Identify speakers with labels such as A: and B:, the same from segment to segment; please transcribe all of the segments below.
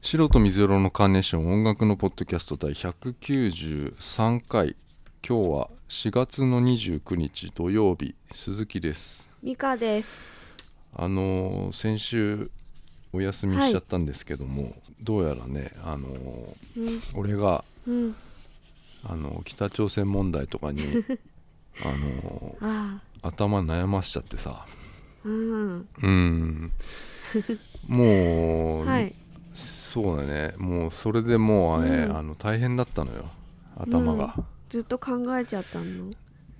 A: 白と水色のカーネーション音楽のポッドキャスト第193回今日は4月の29日土曜日鈴木です
B: ミカです。
A: あのー先週お休みしちゃったんですけども、どうやらねあのー
B: うん、
A: 俺が
B: うん、
A: あのー北朝鮮問題と かにあのー
B: あ
A: 頭悩ましちゃって さ
B: あ、うん、
A: うんもう、
B: はい、
A: そうだねもうそれでもうね、
B: うん
A: あの大変だったのよ頭が、
B: ずっと考えちゃったの。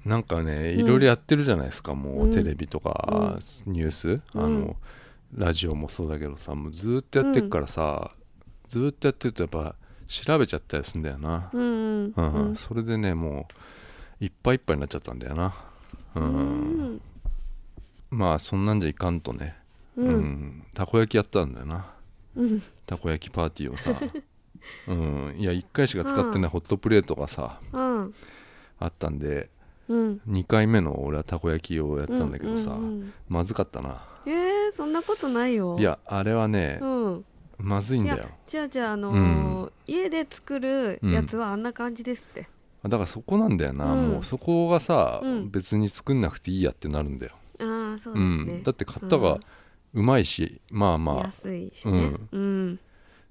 A: なんかね
B: うん
A: いろいろやってるじゃないですか、も
B: う
A: うんテレビとか、ニュース、あ
B: うん
A: のラジオもそうだけどさもうずっとやってるからさ、ずっとやってるとやっぱ調べちゃったりするんだよな、
B: うん、うん、
A: うんそれでねもういっぱいいっぱいになっちゃったんだよなう、
B: うんん、
A: まあそんなんじゃいかんとね、
B: う、
A: うんんたこ焼きやったんだよな
B: うん、
A: たこ焼きパーティーを さうんいや1回しか使ってないホットプレートがさ、
B: うん、
A: あったんで
B: うん、
A: 2回目の俺はたこ焼きをやったんだけどさ、
B: うんうんうん
A: まずかったな
B: えー、そんなことないよ。
A: い、やあれはね、
B: うん、
A: まずいんだよ
B: じゃあじゃああのー家で作るやつはあんな感じですって。
A: だからそこなんだよな、
B: うん
A: もうそこがさ、
B: うん
A: 別に作んなくていいやってなるんだよ、
B: ああ、そう
A: う
B: ですね。
A: ん、だって買ったがうまいし、まあまあ
B: 安いしね。うん、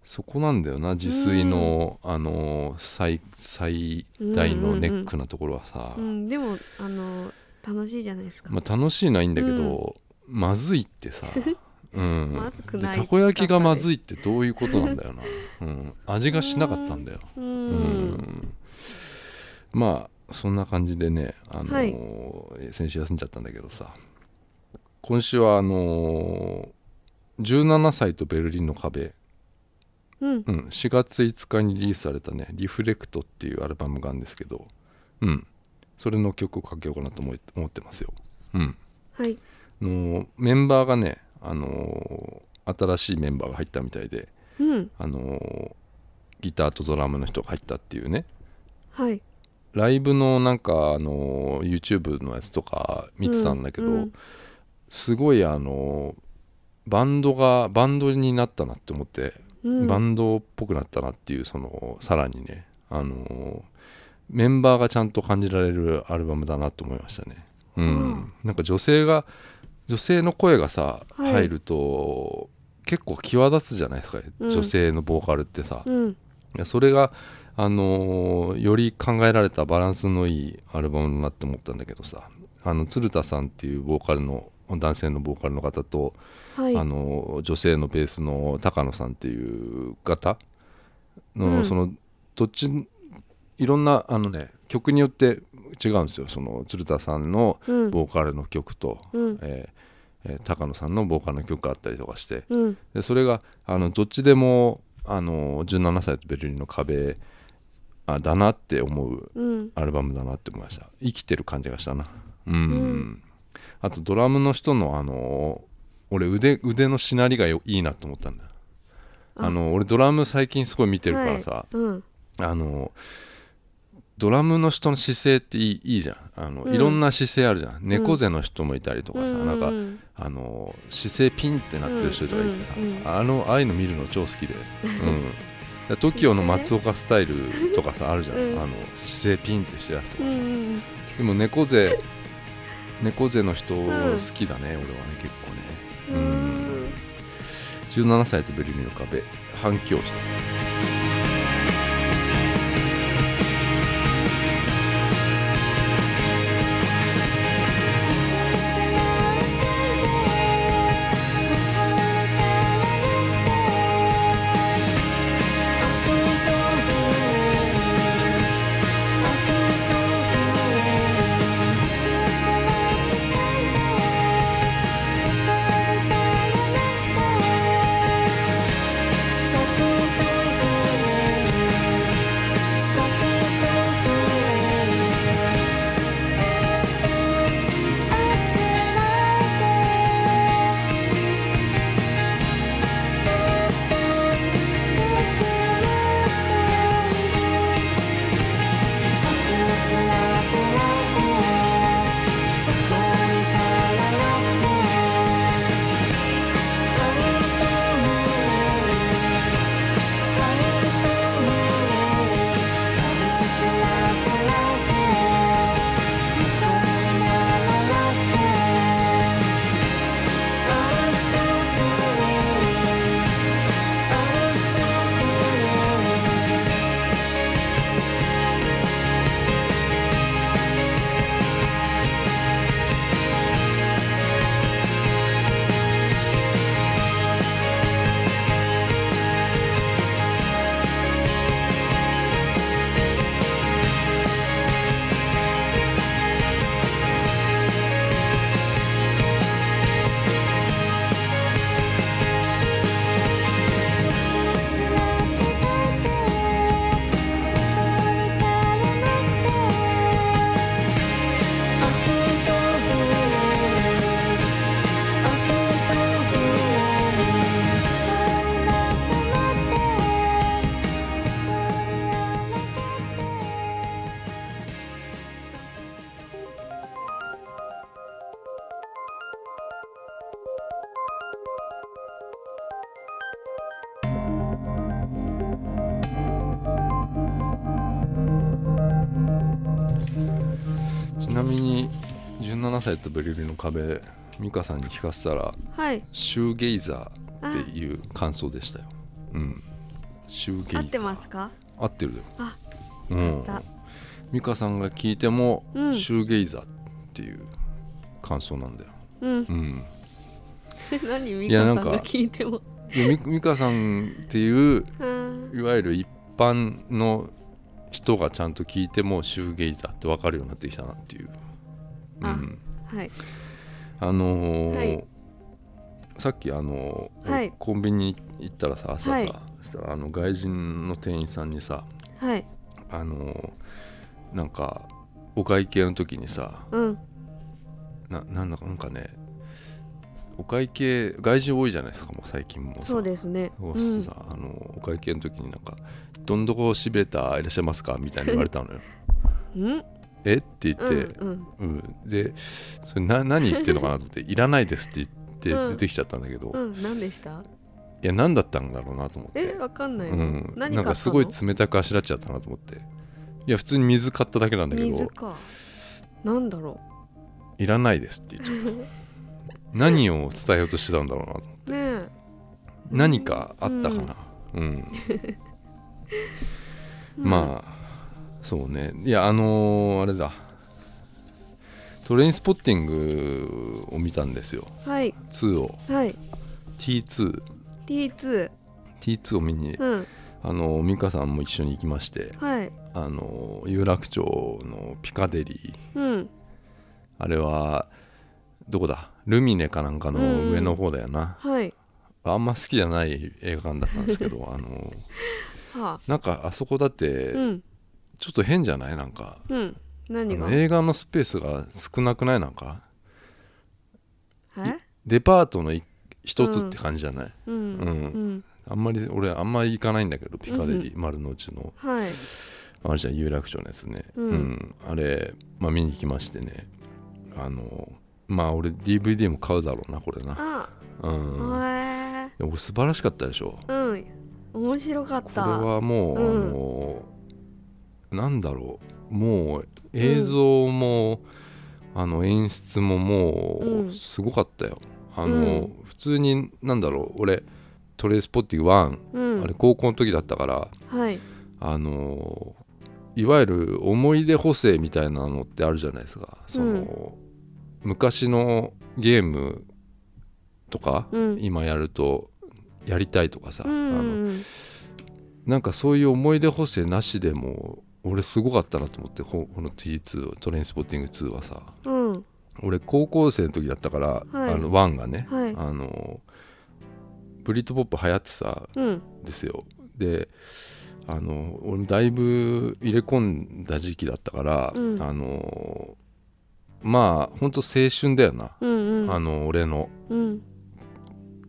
A: そこなんだよな自炊の、あのー最最大のネックなところはさ、
B: うん、でもあのー楽しいじゃないですか。
A: まあ、楽しいないんだけど、まずいって さ、うん、
B: まずくない
A: でたこ焼きがまずいってどういうことなんだよな、うん、味がしなかったんだよ、
B: う
A: うん
B: ん、
A: まあそんな感じでね、あのー
B: はい
A: え先週休んじゃったんだけどさ今週はあのー17歳とベルリンの壁」
B: う
A: う、
B: ん
A: ん、4月5日にリリースされたね「リフレクト」っていうアルバムがあるんですけど、うん、それの曲をかけようかなと思い思ってますよ、うん、
B: はい、
A: のメンバーがね、あのー新しいメンバーが入ったみたいで、
B: うん、
A: あのーギターとドラムの人が入ったっていうね
B: はい、
A: ライブのなんか、あのー YouTube のやつとか見てたんだけど、
B: うんうん
A: すごい、あのーバンドがバンドになったなって思って、
B: うん、
A: バンドっぽくなったなっていうそのさらにね、あのーメンバーがちゃんと感じられるアルバムだなと思いましたね。うん
B: うん
A: なんか女性が女性の声がさ、
B: はい
A: 入ると結構際立つじゃないですか、
B: うん
A: 女性のボーカルってさ、い
B: うん、
A: やそれが、あのーより考えられたバランスのいいアルバムだなって思ったんだけどさあの鶴田さんっていうボーカルの男性のボーカルの方と、
B: はい、
A: あの女性のベースの高野さんっていう方
B: う
A: の、
B: ん
A: そのどっちいろんなあのね曲によって違うんですよその鶴田さんの
B: うん、
A: ボーカルの曲と、
B: うん
A: えーえー高野さんのボーカルの曲があったりとかして
B: うん、
A: でそれがあのどっちでもあの17歳とベルリンの壁あだなって思う
B: うん、
A: アルバムだなって思いました生きてる感じがしたなうん、
B: ん
A: あとドラムの人のあのー俺腕腕のしなりがよいいなと思ったんだ
B: あ
A: あの俺ドラム最近すごい見てるからさ、
B: はい、うん、
A: あのードラムの人の姿勢っていいいいじゃんあの、
B: うん
A: いろんな姿勢あるじゃん猫背の人もいたりとかさ、
B: う
A: なんか
B: うう
A: あの姿勢ピンってなってる人とかいてさ、
B: うんうんうん
A: あのああいうの見るの超好き で、うん、TOKIO の松岡スタイルとかさあるじゃん、
B: うん
A: あの姿勢ピンってしてるやつと
B: う
A: か
B: ん
A: さ、
B: うん
A: でも猫背猫背の人
B: ん
A: 好きだね、俺はね結
B: うん、うん
A: 構ね17歳とベルリンの壁反響室
C: 「そこから離れて」
A: なみに17歳とベルリンの壁美香さんに聞かせたら
B: はい
A: シューゲイザーっていう感想でしたようんシューゲイザー
B: 合ってますか
A: 合ってるよ
B: あ
A: う
B: よかっ
A: ん
B: た
A: 美香さんが聞いても、
B: うん
A: シューゲイザーっていう感想なんだよ
B: うん
A: うん
B: 何ミ
A: い
B: カ
A: や
B: さ
A: なんんか
B: が聞いても
A: でみ美香さんっていう
B: うん
A: いわゆる一般の人がちゃんと聞いてもシューゲイザーって分かるようになってきたなっていう、う
B: あ
A: ん、
B: はい
A: あのー
B: はい
A: さっきあのー
B: はい
A: コンビニ行ったらさ朝さ、
B: はい
A: そしたらあの外人の店員さんにさ
B: はい
A: あのーなんかお会計の時にさ
B: うん
A: ななんだかなんかねお会計外人多いじゃないですかもう最近もさ
B: そうですね
A: そうしてさ、あのお会計の時になんか「どんどこしびれたいらっしゃいますか?」みたいに言われたのよ「
B: うんうん
A: えっ?」て言って、
B: うんうん
A: うん、でそれな何言ってるのかなと思って 「いらないです」って言って出てきちゃったんだけど、
B: うん何でした
A: いや何だったんだろうなと思って
B: えわかんないな
A: うん、
B: 何
A: なん
B: 買
A: か
B: ったの
A: すごい冷たくあしらっちゃったなと思っていや普通に水買っただけなんだけ
B: 水
A: ど
B: かなんだろ
A: 「いらないです」って言っ ちゃった何を伝えようとしてたんだろうなと
B: うね
A: 何かあったかなうん、
B: え
A: まあそうねいやあのーあれだトレインスポッティングを見たんですよ
B: あはい
A: 2を
B: はい
A: T2T2
B: T2
A: を見に、
B: うん
A: あのー美香さんも一緒に行きまして
B: はい
A: あのー有楽町のピカデリー
B: うん
A: あれはどこだルミネかなんかの上の方だよな、
B: はい
A: あんま好きじゃない映画館だったんですけ どあの
B: は
A: なんかあそこだっ
B: あ
A: て
B: うん
A: ちょっと変じゃないなんか、
B: うん
A: あ
B: 何
A: の
B: が
A: 映画のスペースが少なくないなんか
B: え
A: デパートのい一つって感じじゃない、
B: うん
A: う
B: うんん
A: あんまり俺あんまり行かないんだけどピカデリー丸の内の
B: はい
A: あれじゃん有楽町のやつね、
B: うん
A: あれ、まあ、見に行きましてねあのまあ俺 DVD も買うだろうなこれな
B: あ
A: うん
B: へえ
A: いや俺素晴らしかったでしょ
B: うん面白かっ
A: これ
B: た
A: はもう、
B: うん
A: あのなんだろうもう映像も、あの演出もも
B: うん
A: うすごかったよ、あ
B: う
A: の普通になんだろう俺トレイスポッティ1、
B: うん
A: あれ高校の時だったから
B: はい
A: あのいわゆる思い出補正みたいなのってあるじゃないですかその、昔のゲームとか、
B: うん
A: 今やるとやりたいとかさ、
B: う
A: あの
B: ん
A: なんかそういう思い出補正なしでも俺すごかったなと思ってここの T2 はトレインスポッティング2はさ
B: うん
A: 俺高校生の時だったから、
B: はい
A: あの1がね、
B: はい
A: あのブリッドポップ流行ってた
B: うん
A: んですよであの俺もだいぶ入れ込んだ時期だったから、
B: うん
A: あのまあほんと青春だよな、
B: うんうん
A: あの俺の
B: うん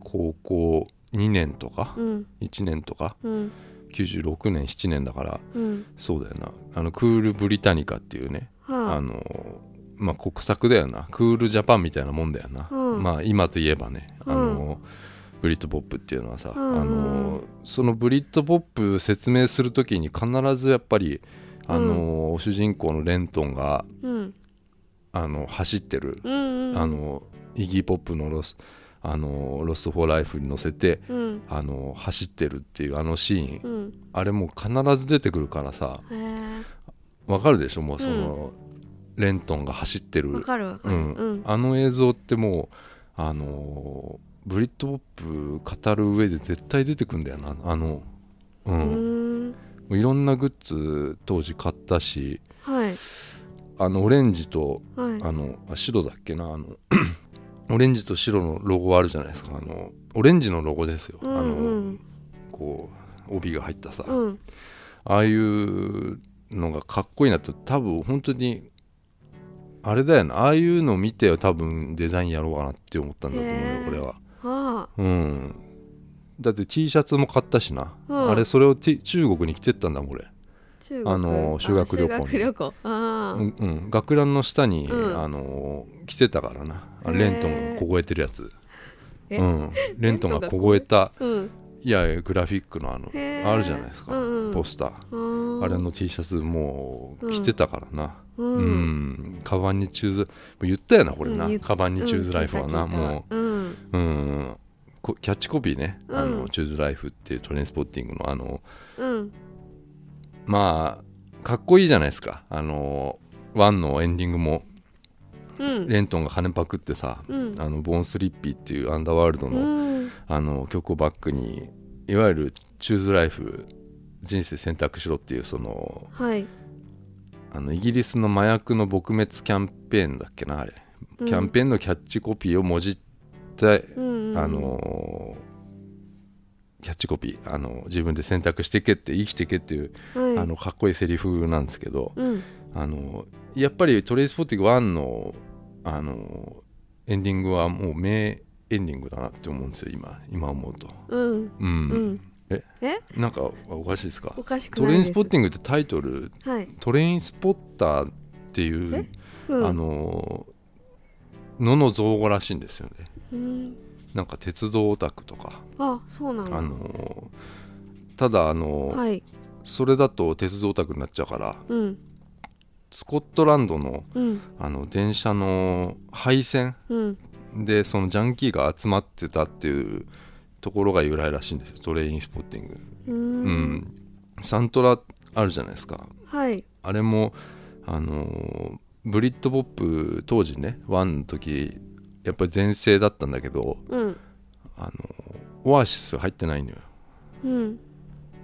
A: 高校2年とか
B: うん
A: 1年とか
B: うん
A: 96年7年だから
B: うん
A: そうだよなあのクール・ブリタニカっていうね、あ
B: は
A: のまあ国策だよなクールジャパンみたいなもんだよな、
B: うん
A: まあ今といえばね、
B: うん
A: あのブリッド・ポップっていうのはさ、
B: うん
A: あのそのブリッド・ポップ説明する時に必ずやっぱりあの、主人公のレントンが
B: うん
A: あの走ってる、
B: うんうん
A: あのイギー・ポップのロス「あのロスト・フォー・ライフ」に乗せて
B: うん
A: あの走ってるっていうあのシーン、
B: うん
A: あれもう必ず出てくるからさ、
B: へえ
A: わかるでしょもうその、レントンが走ってる
B: わかるわかる
A: う
B: うんん
A: あの映像ってもうあのーブリッドポップ語る上で絶対出てくんだよなあのうん、も
B: うん
A: ういろんなグッズ当時買ったし
B: はい
A: あのオレンジと
B: はい
A: あのあ白だっけなあの オレンジと白のロゴあるじゃないですかあのオレンジのロゴですよ、
B: うんうん
A: あのこう帯が入ったさ、
B: うん
A: ああいうのがかっこいいなと多分本当にあれだよなああいうのを見て多分デザインやろうかなって思ったんだと思うよ
B: へー
A: 俺は
B: はあ
A: うんだって T シャツも買ったしな、
B: うん
A: あれそれを、T- 中国に着てったんだもん俺、
B: 中国
A: あの修学旅行
B: あ修学旅行あ
A: う
B: あ
A: んうん、学ランの下に、
B: うん
A: あのー着てたからなあ
B: へー
A: レントンが凍えてるやつ、
B: え
A: うん、レントンが
B: レントンが
A: 凍えた
B: うん
A: いやいやグラフィックのあの
B: へー
A: あるじゃないですか、
B: うんうん
A: ポスター、
B: うん
A: あれの T シャツもう着てたからな
B: うん
A: うん、
B: うん
A: カバンにチューズもう言ったよなこれな、
B: うん言っ
A: カバンにチューズライフはな、
B: 聞いた聞いた
A: も
B: うん
A: う、うん、こキャッチコピーね、
B: うん
A: あのチューズライフっていうトレインスポッティングのあの
B: うん
A: まあかっこいいじゃないですかあのワンのエンディングも
B: うん
A: レントンが羽パクってさ、
B: うん
A: あのボーンスリッピーっていうアンダーワールド
B: う
A: の、
B: ん
A: あの曲をバックにいわゆる「チューズライフ人生選択しろ」っていうその
B: はい
A: あのイギリスの麻薬の撲滅キャンペーンだっけなあれ、キャンペーンのキャッチコピーをもじって、
B: ー
A: あのーキャッチコピーあの自分で選択してけって生きてけっていう、
B: はい
A: あのかっこいいセリフなんですけど、
B: うん
A: あのやっぱり「トレインスポッティング1の」あのエンディングはもう名エンディングだなって思うんですよ今今思うと。
B: うんう
A: うん
B: んえ
A: なんかおかしいですか
B: おかしく
A: ト
B: ない
A: レイ
B: で
A: ン
B: す
A: スポッティングってタイトル
B: はい
A: トレインスポッターっていう
B: え、うん
A: あののの造語らしいんですよね
B: うん
A: なんか鉄道オタクとか、
B: あそうな
A: あ
B: の
A: のただあの、
B: はい
A: それだと鉄道オタクになっちゃうから
B: うん
A: スコットランドの
B: うん
A: あの電車の廃線
B: うん
A: でそのジャンキーが集まってたっていうところが由来らしいんですよトレインスポッティング、
B: う
A: うんん、サントラあるじゃないですか
B: はい
A: あれも、あのーブリッドポップ当時ねワンの時やっぱり全盛だったんだけど、
B: うん
A: あのーオアシス入ってないのよ
B: うん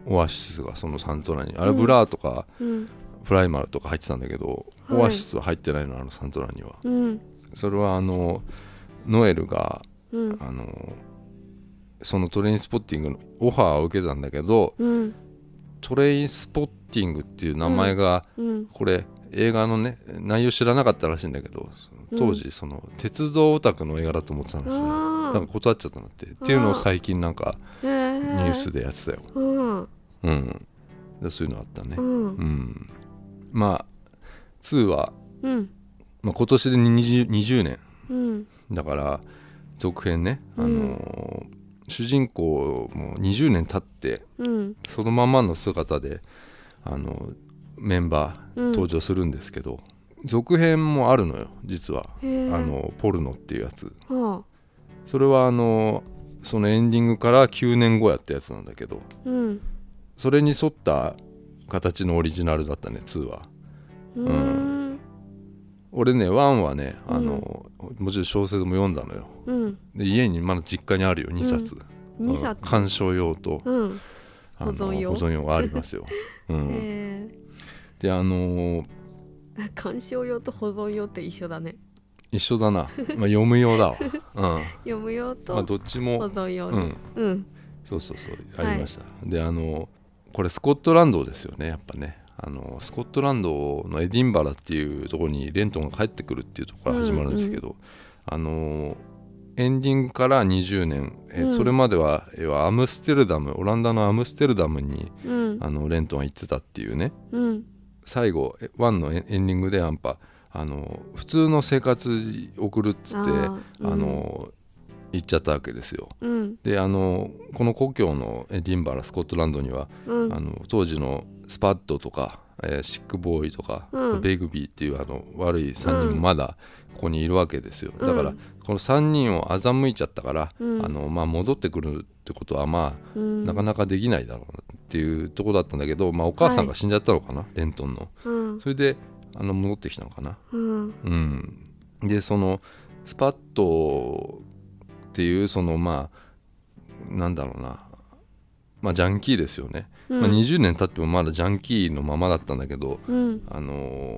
A: オアシスがそのサントラにあれ
B: うん
A: ブラーとか
B: うん
A: フライマルとか入ってたんだけど、
B: はい
A: オアシスは入ってないのあのサントラには
B: うん
A: それはあのノエルが、
B: うん
A: あのーそのトレインスポッティングのオファーを受けたんだけど
B: うん
A: トレインスポッティングっていう名前が、
B: うん
A: これ映画のね内容知らなかったらしいんだけど
B: うん
A: 当時その、鉄道オタクの映画だと思ってたんですよ
B: あ
A: なんか断っちゃったんだってっていうのを最近なんか
B: ニ
A: ニ
B: ュ
A: ュースでやってたよ、
B: うん
A: うんでそういうのあったね
B: う
A: うんんまあ2は、
B: うん
A: まあ、今年で 20, 20年
B: うん
A: だから続編ね、
B: うん
A: あのー主人公も20年経って
B: うん
A: そのままの姿であのメンバー
B: うん
A: 登場するんですけど、続編もあるのよ実は、
B: へー
A: あのポルノっていうやつ
B: はあ
A: それはあのそのエンディングから9年後やったやつなんだけど
B: うん
A: それに沿った形のオリジナルだったね2は
B: うーん
A: 俺ね1はねあの、もちろん小説も読んだのよ
B: うん
A: で家にまだ実家にあるよ2冊、あ
B: 二
A: の
B: 冊
A: 鑑賞用と、
B: うん
A: あの
B: 保存用
A: 保存用がありますよ、 うん、
B: え
A: であのー
B: え鑑賞用と保存用って一緒だね
A: 一緒だな、まあ、読む用だわ、うん
B: 読む用 と
A: まあ、
B: 保
A: どっちも、
B: 存用
A: う
B: ね
A: ん、
B: うん
A: そうそうそう
B: はい
A: ありました、であのこれスコットランドですよねやっぱねあのスコットランドのエディンバラっていうところにレントンが帰ってくるっていうところから始まるんですけど、あのエンディングから20年、え
B: うん
A: それまではえはアムステルダムオランダのアムステルダムに
B: うん
A: あのレントンは行ってたっていうね
B: うん
A: 最後えワンのエエンディングでやっぱあの普通の生活送るっつって
B: あーうん
A: あの行っちゃったわけですよ。
B: うん
A: であのこの故郷のエディンバラスコットランドには、
B: うん
A: あの当時のスパッドとか、えーシックボーイとか、
B: うん
A: ベグビーっていうあの悪い3人もまだここにいるわけですよ、
B: うん
A: だからこの3人を欺いちゃったから、
B: うん
A: あのまあ、戻ってくるってことはまあ
B: うん
A: なかなかできないだろうなっていうところだったんだけど、まあ、お母さんが死んじゃったのかな、レントンの
B: うん
A: それであの戻ってきたのかな
B: うん
A: うん、でそのスパットっていうそのまあなんだろうなまあジャンキーですよね、
B: うん
A: まあ、20年経ってもまだジャンキーのままだったんだけど、
B: うん
A: あのー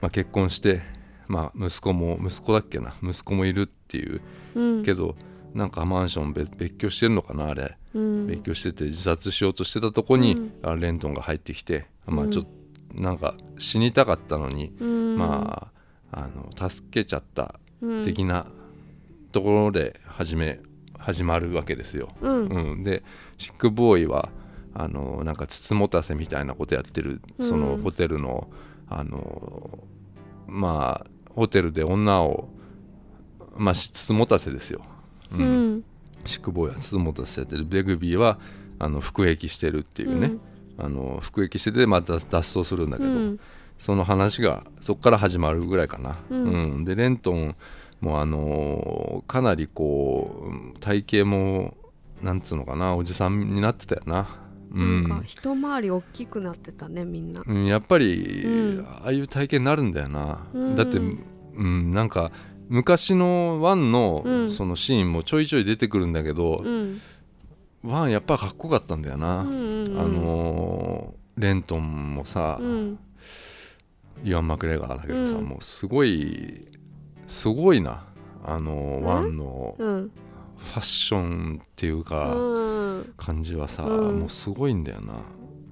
A: まあ、結婚して、まあ、息子も息子だっけな息子もいるっていう
B: うん
A: けどなんかマンション別別居してるのかなあれ
B: うん
A: 別居してて自殺しようとしてたとこに、
B: うん
A: あレントンが入ってきて、まあ、
B: うん
A: ちょっとなんか死にたかったのに、
B: うん
A: まあ、あの助けちゃった
B: うん
A: 的なところで始め始まるわけですよ。
B: うん
A: うん、でシックボーイはあのなんかつもたせみたいなことやってる
B: うん
A: そのホテルの,、あのまあホテルで女をまあつもたせですよ。う
B: うん
A: シックボーイは鈴本されてるベグビーはあの服役してるっていうね、あの服役しててまた脱走するんだけど、
B: うん
A: その話がそこから始まるぐらいかな。
B: うん
A: うんでレントンもあのーかなりこううん体型もなんつうのかなおじさんになってたよな。う
B: なんか
A: ん
B: 一回り大きくなってたねみんな
A: うん、やっぱり、
B: うん
A: ああいう体型になるんだよな、
B: うん
A: だって、うん、なんか昔のワンの、
B: うん
A: そのシーンもちょいちょい出てくるんだけど、
B: うん
A: ワンやっぱかっこよかったんだよ
B: う
A: な、
B: んうん
A: あのーレントンもさ、
B: うん
A: イワン・マクレガーだけどさ、
B: うん
A: もうすごいすごいなあの
B: ん
A: ワンの
B: うん
A: ファッションっていうか、
B: うん
A: 感じはさ、
B: うん
A: もうすごいんだよな。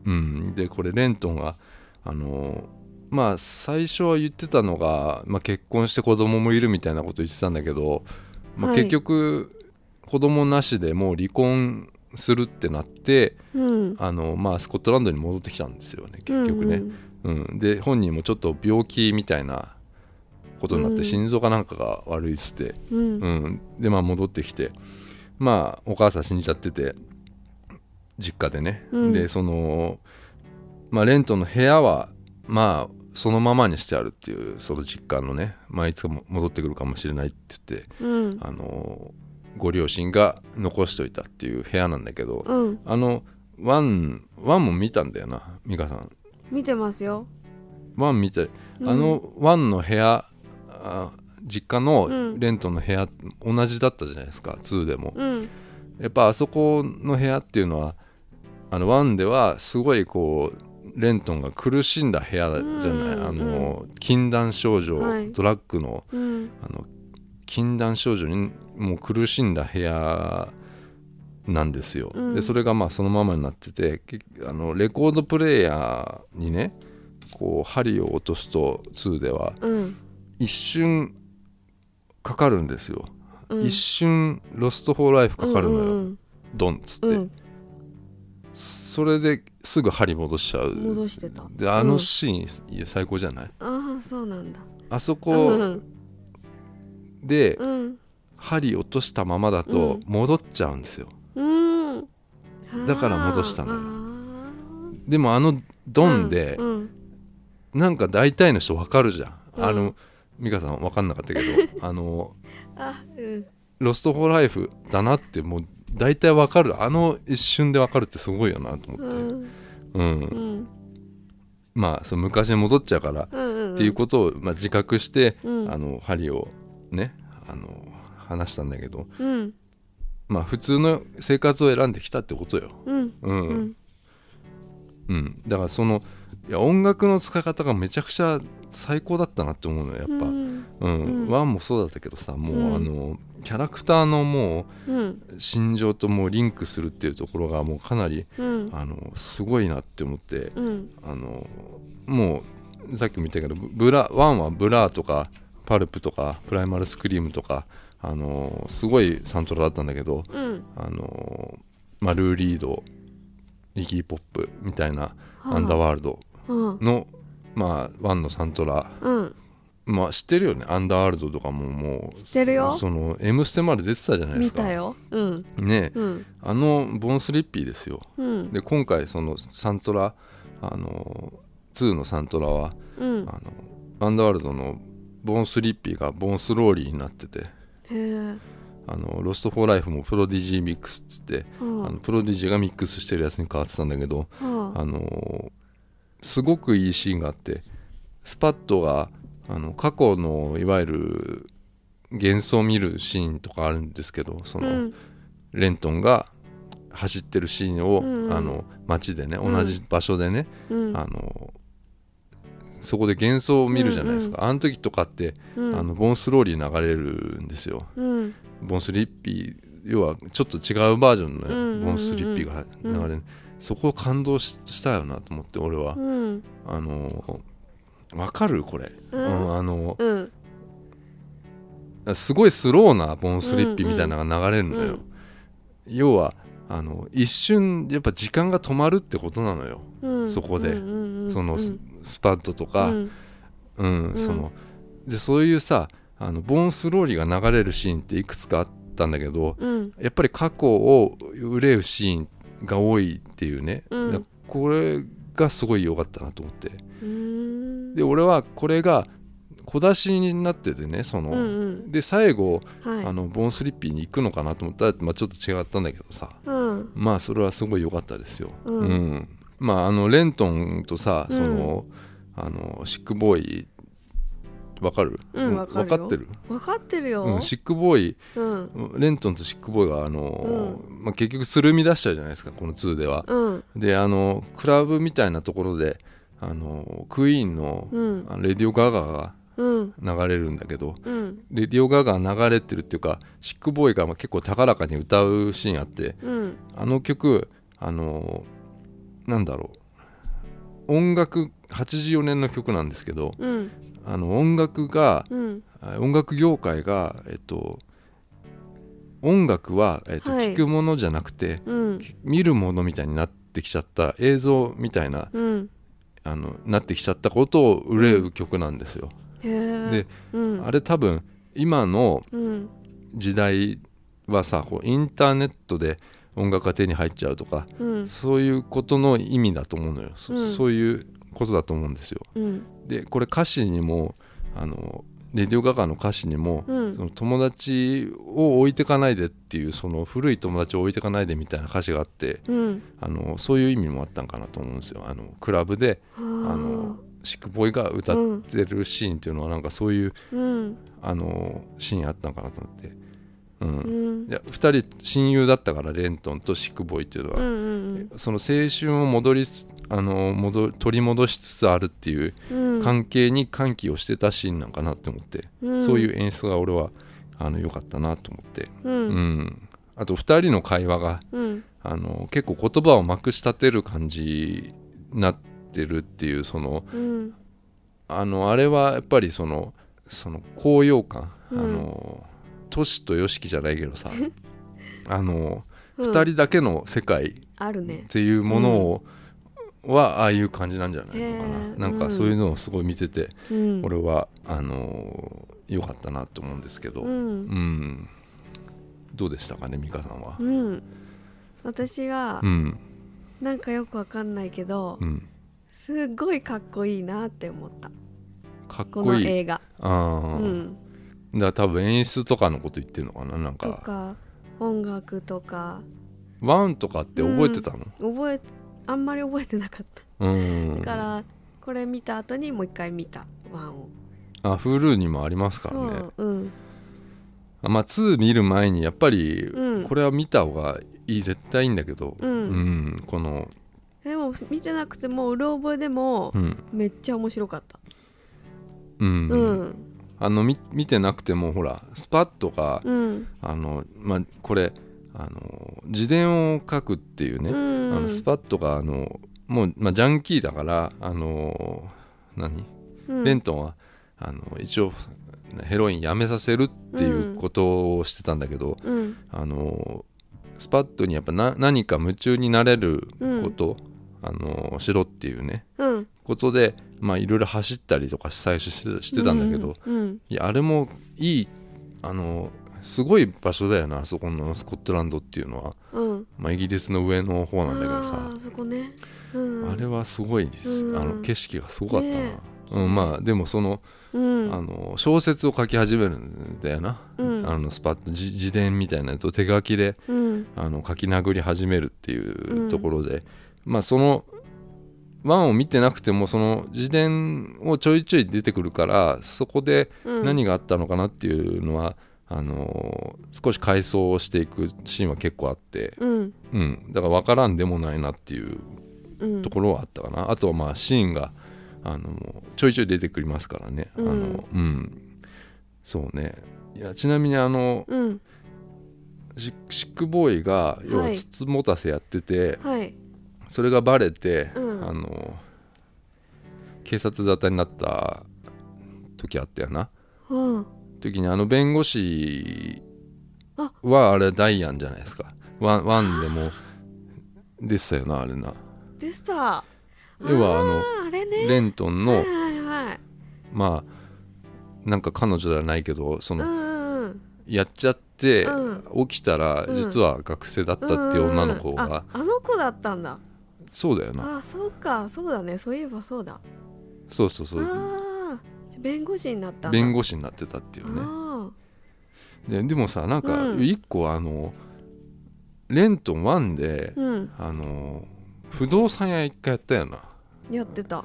A: うん、でこれレントンがあのまあ最初は言ってたのが、まあ、結婚して子供もいるみたいなこと言ってたんだけど、まあ、
B: はい
A: 結局子供なしでもう離婚するってなって
B: うん
A: あの、まあ、スコットランドに戻ってきたんですよね結局ね。うん、で本人もちょっと病気みたいなことになっ
B: う
A: て
B: ん
A: 心臓かなんかが悪いっつって、
B: うんうん
A: うん、でまあ戻ってきてまあお母さん死んじゃってて実家でね、
B: うん
A: でその、まあ、レントの部屋はまあそのままにしてあるっていうその実家のね、まあ、いつかも戻ってくるかもしれないって言って
B: うん
A: あのご両親が残しといたっていう部屋なんだけど、
B: うん
A: あのワンワンも見たんだよな美香さん
B: 見てますよ
A: ワン見て
B: うん
A: あのワンの部屋あ実家
B: う
A: の
B: ん
A: レントの部屋、同じだったじゃないですか2でも
B: うん
A: やっぱあそこの部屋っていうのはあの1ではすごいこうレントンが苦しんだ部屋じゃない、
B: うん
A: あの禁断症状、
B: はい
A: ドラッグの
B: うん
A: あの禁断症状にもう苦しんだ部屋なんですよ、
B: うん
A: でそれがまあそのままになっててけあのレコードプレーヤーにねこう針を落とすと2では
B: うん
A: 一瞬かかるんですよ、
B: うん
A: 一瞬「ロスト・フォー・ライフ」かかるのよ、
B: うん
A: ドンっつって、
B: うんうん
A: それですぐ針戻しちゃう
B: 戻してた
A: であのシーン、いや最高じゃない
B: ああそうなんだ
A: あそ
B: う
A: こ
B: ん
A: で
B: うん
A: 針落としたままだと
B: うん
A: 戻っちゃうんですよ、
B: うん
A: だから戻したのよ
B: あ
A: でもあの
B: ー
A: ドンで、
B: うんうん
A: なんか大体の人わかるじゃん、
B: うん
A: あの美香さんわかんなかったけどあの
B: あうん
A: 「ロスト・フォー・ライフ」だなってもう大体わかるあの一瞬でわかるってすごいよなと思っ
B: う
A: て、
B: ん
A: うん
B: うん
A: まあその昔に戻っちゃうから
B: うん
A: っていうことを、まあ、自覚して、
B: うん
A: あの針をねあの話したんだけど
B: とうん
A: まあ普通の生活を選んできたってことよ
B: うん
A: うん、
B: う
A: うん
B: ん
A: だからそのいや音楽の使い方がめちゃくちゃ最高だったなって思うのよやっぱ、
B: うん
A: うん
B: うん
A: ワンもそうだったけどさもう、
B: うん
A: あのキャラクターのも
B: うん
A: う心情ともうリンクするっていうところがもうかなり
B: うん
A: あのすごいなって思って
B: うん
A: あのもうさっきも言ったけどブブラワンはブラーとかパルプとかプライマルスクリームとかあのすごいサントラだったんだけど
B: うん
A: あの、まあ、ルーリードリギー・ポップみたいな
B: はあ
A: アンダーワールド
B: うん
A: の、まあ、ワンのサントラ
B: うん
A: まあ知ってるよねアンダーワールドとかももう
B: 知ってるよ
A: その「M ステ」まで出てたじゃないで
B: 見
A: すか
B: たようん
A: ね
B: うん
A: あのボンスリッピーですよ
B: うん
A: で今回そのサントラあの2のサントラは
B: うん
A: あのアンダーワールドのボーンスリッピーがボーンスローリーになってて
B: へえ
A: あのロスト・フォー・ライフもプロディジーミックスっつって、
B: は
A: あの
B: あ
A: プロディジーがミックスしてるやつに変わってたんだけど、
B: はあ
A: あのすごくいいシーンがあってスパットがあの過去のいわゆる幻想を見るシーンとかあるんですけどその、
B: うん
A: レントンが走ってるシーンを、
B: うんうん
A: あの街でね
B: うん
A: 同じ場所でね、
B: うん
A: あのそこで幻想を見るじゃないですか、あの時とかって、
B: うん
A: あのボンスローリー流れるんですよ
B: うん
A: ボンスリッピー要はちょっと違うバージョンのね、
B: うんうんうん
A: ボンスリッピーが流れる、そこ感動ししたよなと思って俺は、
B: うん
A: あのわかるこれ、
B: う
A: うん
B: ん
A: あの
B: うん
A: すごいスローなボンスリッピーみたいなのが流れるのよ、
B: うんうん
A: 要はあの一瞬やっぱ時間が止まるってことなのよ、
B: うん
A: そこで
B: うんうんうん
A: その
B: う
A: ス
B: ん
A: スパッドとか、
B: うん
A: うん、そのでそういうさあのボーンスローリーが流れるシーンっていくつかあっったんだけど
B: うん
A: やっぱり過去を憂うシーンが多いっていうね、
B: うん
A: これがすごい良かったなと思って
B: うーん
A: で俺はこれが小出しになっててねその、
B: うんうん
A: で最後、
B: はい
A: あのボーンスリッピーに行くのかなと思ったら、まあ、ちょっと違ったんだけどさ
B: うん
A: まあそれはすごい良かったですよ。
B: うん
A: まああのレントンとさ
B: うん
A: その、あのシックボーイわかる、
B: うんわかるよ
A: わかってる、
B: 分かってるよ、
A: うん、シックボーイ
B: うん
A: レントンとシックボーイがあの、まあ、結局するみ出しちゃうじゃないですかこの2では。
B: うん
A: であのクラブみたいなところであのクイーンの
B: うん
A: あのレディオ・ガガ
B: うん
A: が流れるんだけど
B: うん
A: レディオ・ガガが流れてるっていうかシックボーイがまあ結構高らかに歌うシーンあって
B: うん
A: あの曲あのなんだろう音楽84年の曲なんですけど
B: うん
A: あの音楽が
B: うん
A: あ音楽業界がえっと音楽は、えっと
B: はい
A: 聞くものじゃなくて
B: うん
A: 見るものみたいになってきちゃった映像みたいな
B: うん
A: あのなってきちゃったことを憂う曲なんですよ。
B: へえ
A: で
B: うん
A: あれ多分今の
B: うん
A: 時代はさこうインターネットで音楽が手に入っちゃうとか
B: うん
A: そういうことの意味だと思うのよ、そ
B: うん
A: そういうことだと思うんですよ。
B: うん
A: でこれ歌詞にもあのレディオガガの歌詞にも、
B: うん
A: その友達を置いてかないでっていうその古い友達を置いてかないでみたいな歌詞があって
B: うん
A: あのそういう意味もあったんかなと思うんですよ。あのクラブで
B: あ
A: あのシックボーイが歌っ
B: うん
A: てるシーンっていうのはなんかそういう
B: うん
A: あのシーンあったのかなと思って、う
B: うんん
A: いや2人親友だったからレントンとシックボーイっていうの
B: うんう
A: は、
B: ん
A: その青春を戻りつあの戻取り戻しつつあるっていう
B: うん
A: 関係に歓喜をしてたシーンなんかなって思って、
B: うん
A: そういう演出が俺はあの良かったなと思って、
B: う
A: うん
B: ん
A: あと2人の会話が
B: うん
A: あの結構言葉をまくし立てる感じになってるっていうその
B: うん
A: あのあれはやっぱりそのその高揚感、
B: うん
A: あのトシとヨシキじゃないけど さあの、
B: うん
A: 二2人だけの世界っ
B: あるね
A: ていうものを、はああいう感じなんじゃないのか
B: へ
A: な
B: ー
A: なん
B: う
A: か
B: ん
A: そういうのをすごい見てて、
B: うん
A: 俺はあの良かったなと思うんですけど、
B: う
A: うん
B: ん
A: どうでしたかね美香さんは。
B: うん私は
A: うん
B: なんかよくわかんないけど
A: うん、
B: すっごいかっこいいなって思った
A: かっ
B: こ
A: こ
B: の
A: いい。
B: 映画
A: あー
B: うん
A: だから多分演出とかのこと言ってるのかななん
B: と
A: か
B: か音楽とか
A: ワンとかって覚えてたの、
B: 覚えあんまり覚えてなかった
A: うん、
B: だからこれ見た後にもう一回見たワンを
A: あ Hulu にもありますからね
B: そううん
A: あまあ2見る前にやっぱり
B: うん
A: これは見た方がいい絶対いいんだけど、
B: うん
A: んこの、
B: でも見てなくてもうろ覚えでも
A: うん
B: めっちゃ面白かった
A: うん
B: うん
A: あのみ見てなくてもほらスパッとか、
B: うん
A: あのまあ、これあの自伝を書くっていうね、あ
B: うん
A: のスパッとかあのもう、まあ、ジャンキーだからあの何
B: うん
A: レントンはあの一応ヘロインやめさせるっていうことをしてたんだけど、
B: うん
A: あのスパッとにやっぱな何か夢中になれること、あのしろっていうね
B: うん
A: ことでまあいろいろ走ったりとか最初してしてたんだけど、
B: うんうん
A: いやあれもいいあのすごい場所だよなあそこのスコットランドっていうのは、
B: うん
A: まあ、イギリスの上の方なんだけど
B: あ
A: さ
B: ーそこねうん
A: あれはすごいです、
B: うん
A: あの景色がすごかったな、
B: ね
A: うん、まあでもその,、
B: うん
A: あの小説を書き始めるんだよな、
B: うん
A: あのスパッとじ自伝みたいなやつを手書きで
B: うん
A: あの書き殴り始めるっていううんところで、まあその1を見てなくてもその自伝をちょいちょい出てくるからそこで
B: うん
A: 何があったのかなっていうのは、あのー少し回想していくシーンは結構あって、
B: うん
A: うん、だから分からんでもないなっていう
B: うん
A: ところはあったかな、あとはまあシーンがあのちょいちょい出てくりますからね、あのうん、そうねいやちなみにあの
B: うん
A: シシックボーイが要は
B: はい
A: つつもたせやってて、
B: はい
A: それがバレて、
B: うん
A: あの警察沙汰になった時あったよな
B: うん
A: 時にあの弁護士
B: あ
A: はあれダイアンじゃないですかワンワンでもでしたよなあれな
B: でさ
A: 要はあの
B: ーあれね
A: レントン
B: はい
A: の
B: はいはい
A: まあなんか彼女ではないけどそ
B: うん
A: の
B: うん
A: やっちゃって、
B: うん
A: 起きたら
B: うん
A: 実は学生だったっていう女の子
B: うんうんうん
A: が、
B: ああの子だったんだ
A: そうだよな
B: あそうかそうだねそういえばそうだ
A: そうそうそう
B: ああ弁護士になったんだ
A: 弁護士になってたっていうね
B: あ
A: ででもさなんか
B: うん
A: 一個あの、レントン1で、
B: ーうん
A: あの不動産屋一回やったよな
B: やってた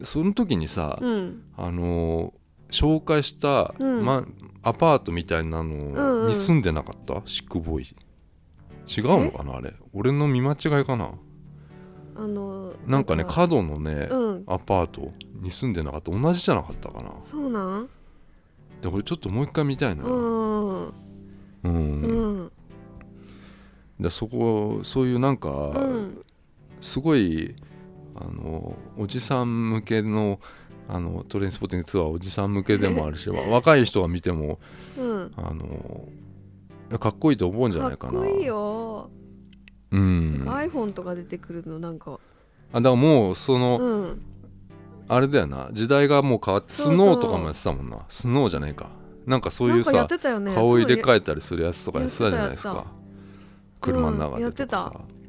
A: その時にさ、
B: うん
A: あの紹介した、
B: うん
A: ま、アパートみたいな
B: うんう
A: の
B: ん
A: に住んでなかった、シックボーイ違うのかなあれ俺の見間違いかな
B: あの
A: なんかね角のね、
B: うん
A: アパートに住んでなかった同じじゃなかったかな
B: そうなん
A: でこれちょっともう一回見たいな
B: う
A: うん、
B: んうん
A: でそこそういうなんか、
B: うん
A: すごいあのおじさん向けのあのトレインスポッティングツアーおじさん向けでもあ るしわ若い人が見ても
B: うん
A: あのかっこいいと思うんじゃない
B: か
A: か
B: っ
A: な
B: こいいよ
A: うん、あ
B: iPhone とか出てくるのなんか
A: だからもうその、
B: うん
A: あれだよな時代がもう変わって
B: そうそ
A: ス
B: う
A: ノーとかもやってたもんなスノーじゃないかなんかそう
B: ないん
A: う
B: かや
A: さ
B: ってたよね
A: 顔入れ
B: え
A: 替えたりするやつとかやってたじゃないです
B: やって
A: か
B: た
A: 車の中でとか
B: うん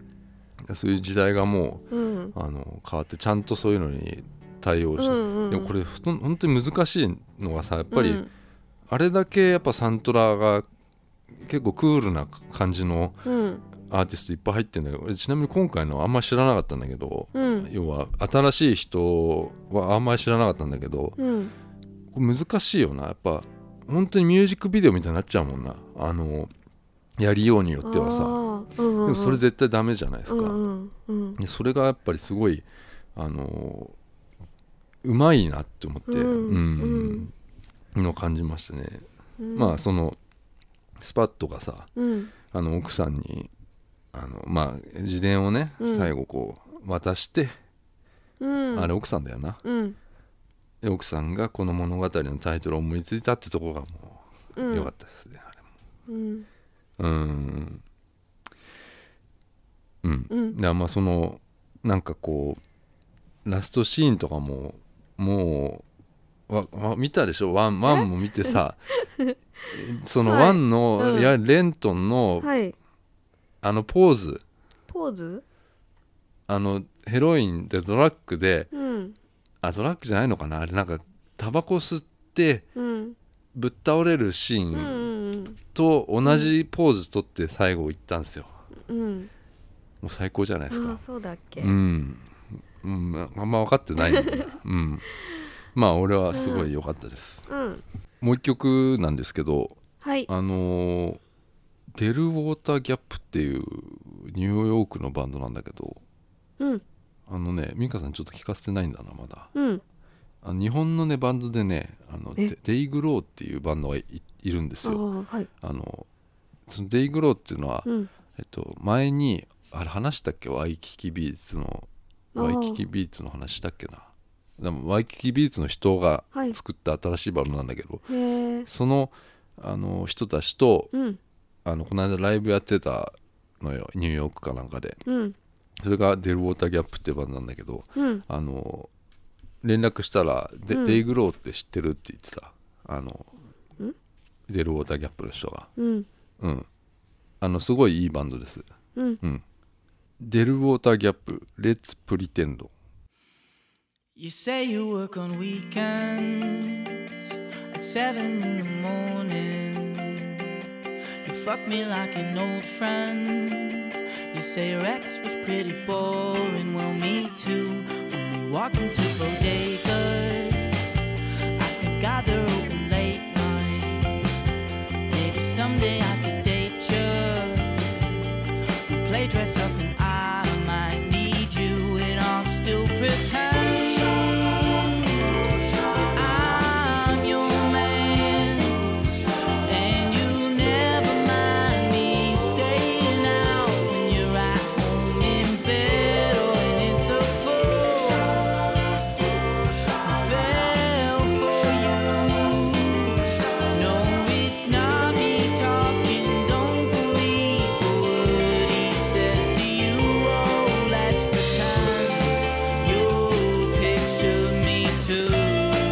A: さ、そういう時代がも
B: うん
A: うあの変わってちゃんとそういうのに対応して、
B: うんうん
A: でもこれほとん本当に難しいのがさやっ
B: や
A: ぱり、あれだけやっぱサントラが結構クールな感じの
B: うん
A: アーティストいっぱい入ってるんだけど俺ちなみに今回のはあんま知らなかったんだけど、
B: うん
A: 要は新しい人はあんまり知らなかったんだけど
B: うん
A: これ難しいよなやっぱ本当にミュージックビデオみたいになっちゃうもんなあのやりようによってはさ
B: あーうん
A: で
B: うんうん
A: もそれ絶対ダメじゃないですか、
B: うんうんうん
A: でそれがやっぱりすごいあのうまいなって思って、
B: うん
A: うんの感じましたね、
B: うん
A: まあそのスパッとがさ
B: うん
A: あの奥さんにあのまあ自伝をね、
B: うん
A: 最後こう渡して、
B: うん
A: あれ奥さんだよな
B: うん
A: で奥さんがこの物語のタイトルを思いついたってとこがも
B: う
A: うん良かったですね、あれも
B: うん
A: うんうん、
B: うん
A: でまあそのなんかこうラストシーンとかももうわわ見たでしょワンワンも見て さその
B: はい
A: ワンの、
B: うん
A: いやレントンの、
B: はい
A: あのポーズ
B: ポーズ
A: あのヘロインでドラッグで
B: うん
A: あドラッグじゃないのかなあれなんかタバコ吸って
B: うん
A: ぶっ倒れるシ
B: うんう
A: ーン
B: ん
A: と同じポーズ取って最後行ったんですよ、
B: うん
A: もう最高じゃないですか、
B: あそうだっけ
A: うん、うん、まああんま分かってないんで、うん、まあ俺はすごい良かったです、
B: うん
A: もう一曲なんですけど
B: はい
A: あのーデル・ウォーター・ギャップっていうニューヨークのバンドなんだけど
B: うん
A: あのね美香さんちょっと聞かせてないんだなまだ
B: うん
A: あの日本のねバンドでねあの
B: え
A: デデイ・グローっていうバンドがいいるんです
B: あ
A: よ
B: ーはい
A: あのそのデイ・グローっていうのは、
B: うん
A: えっと、前にあれ話したっけワイキキビーツの
B: あー
A: ワイキキビーツの話したっけなでもワイキキビーツの人が
B: はい
A: 作った新しいバンドなんだけど、
B: へえ
A: そのあの人たちと
B: うん
A: あのこの間ライブやってたのよニューヨークかなんかで
B: うん
A: それがデル・ウォーター・ギャップっていうバンドなんだけど
B: うん
A: あの連絡したらデ,、
B: うん
A: デイ・グローって知ってるって言ってたあの
B: ん
A: デル・ウォーター・ギャップの人が
B: うん
A: うんあのすごいいいバンドです
B: うん
A: うん。デル・ウォーター・ギャップ、レッツ・プリテンド。
C: You say you work on weekends at seven in the morning. You fuck me like an old friend. You say your ex was pretty boring. Well, me too. When we walk into bodegas, I thank God they're open late night. Maybe someday I could date you. We play dress up and I might need you and I'll still pretend that I'm your man and you never mind me staying out when you're at home in bed or when it's the full Oh,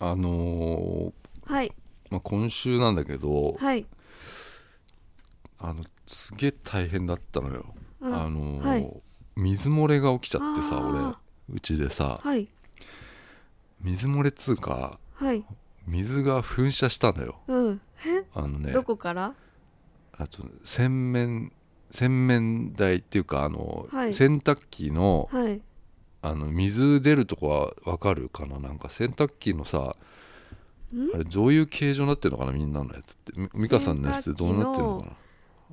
C: Oh,
A: あのー
B: はい
A: まあ、今週なんだけど
B: はい、
A: あのすげえ大変だったのよ、
B: うん
A: あのー
B: はい
A: 水漏れが起きちゃって
B: あー
A: さ俺うちでさ
B: はい
A: 水漏れっつうか
B: はい
A: 水が噴射したのよ
B: うん
A: あのね
B: どこから
A: あと洗面洗面台っていうかあの、
B: はい
A: 洗濯機の
B: はい
A: あの水出るとこはわかるかななんか洗濯機のさ
B: ん
A: あれどういう形状になってるのかなみんなのやつってみ美香さんのやつってどうなってるのかな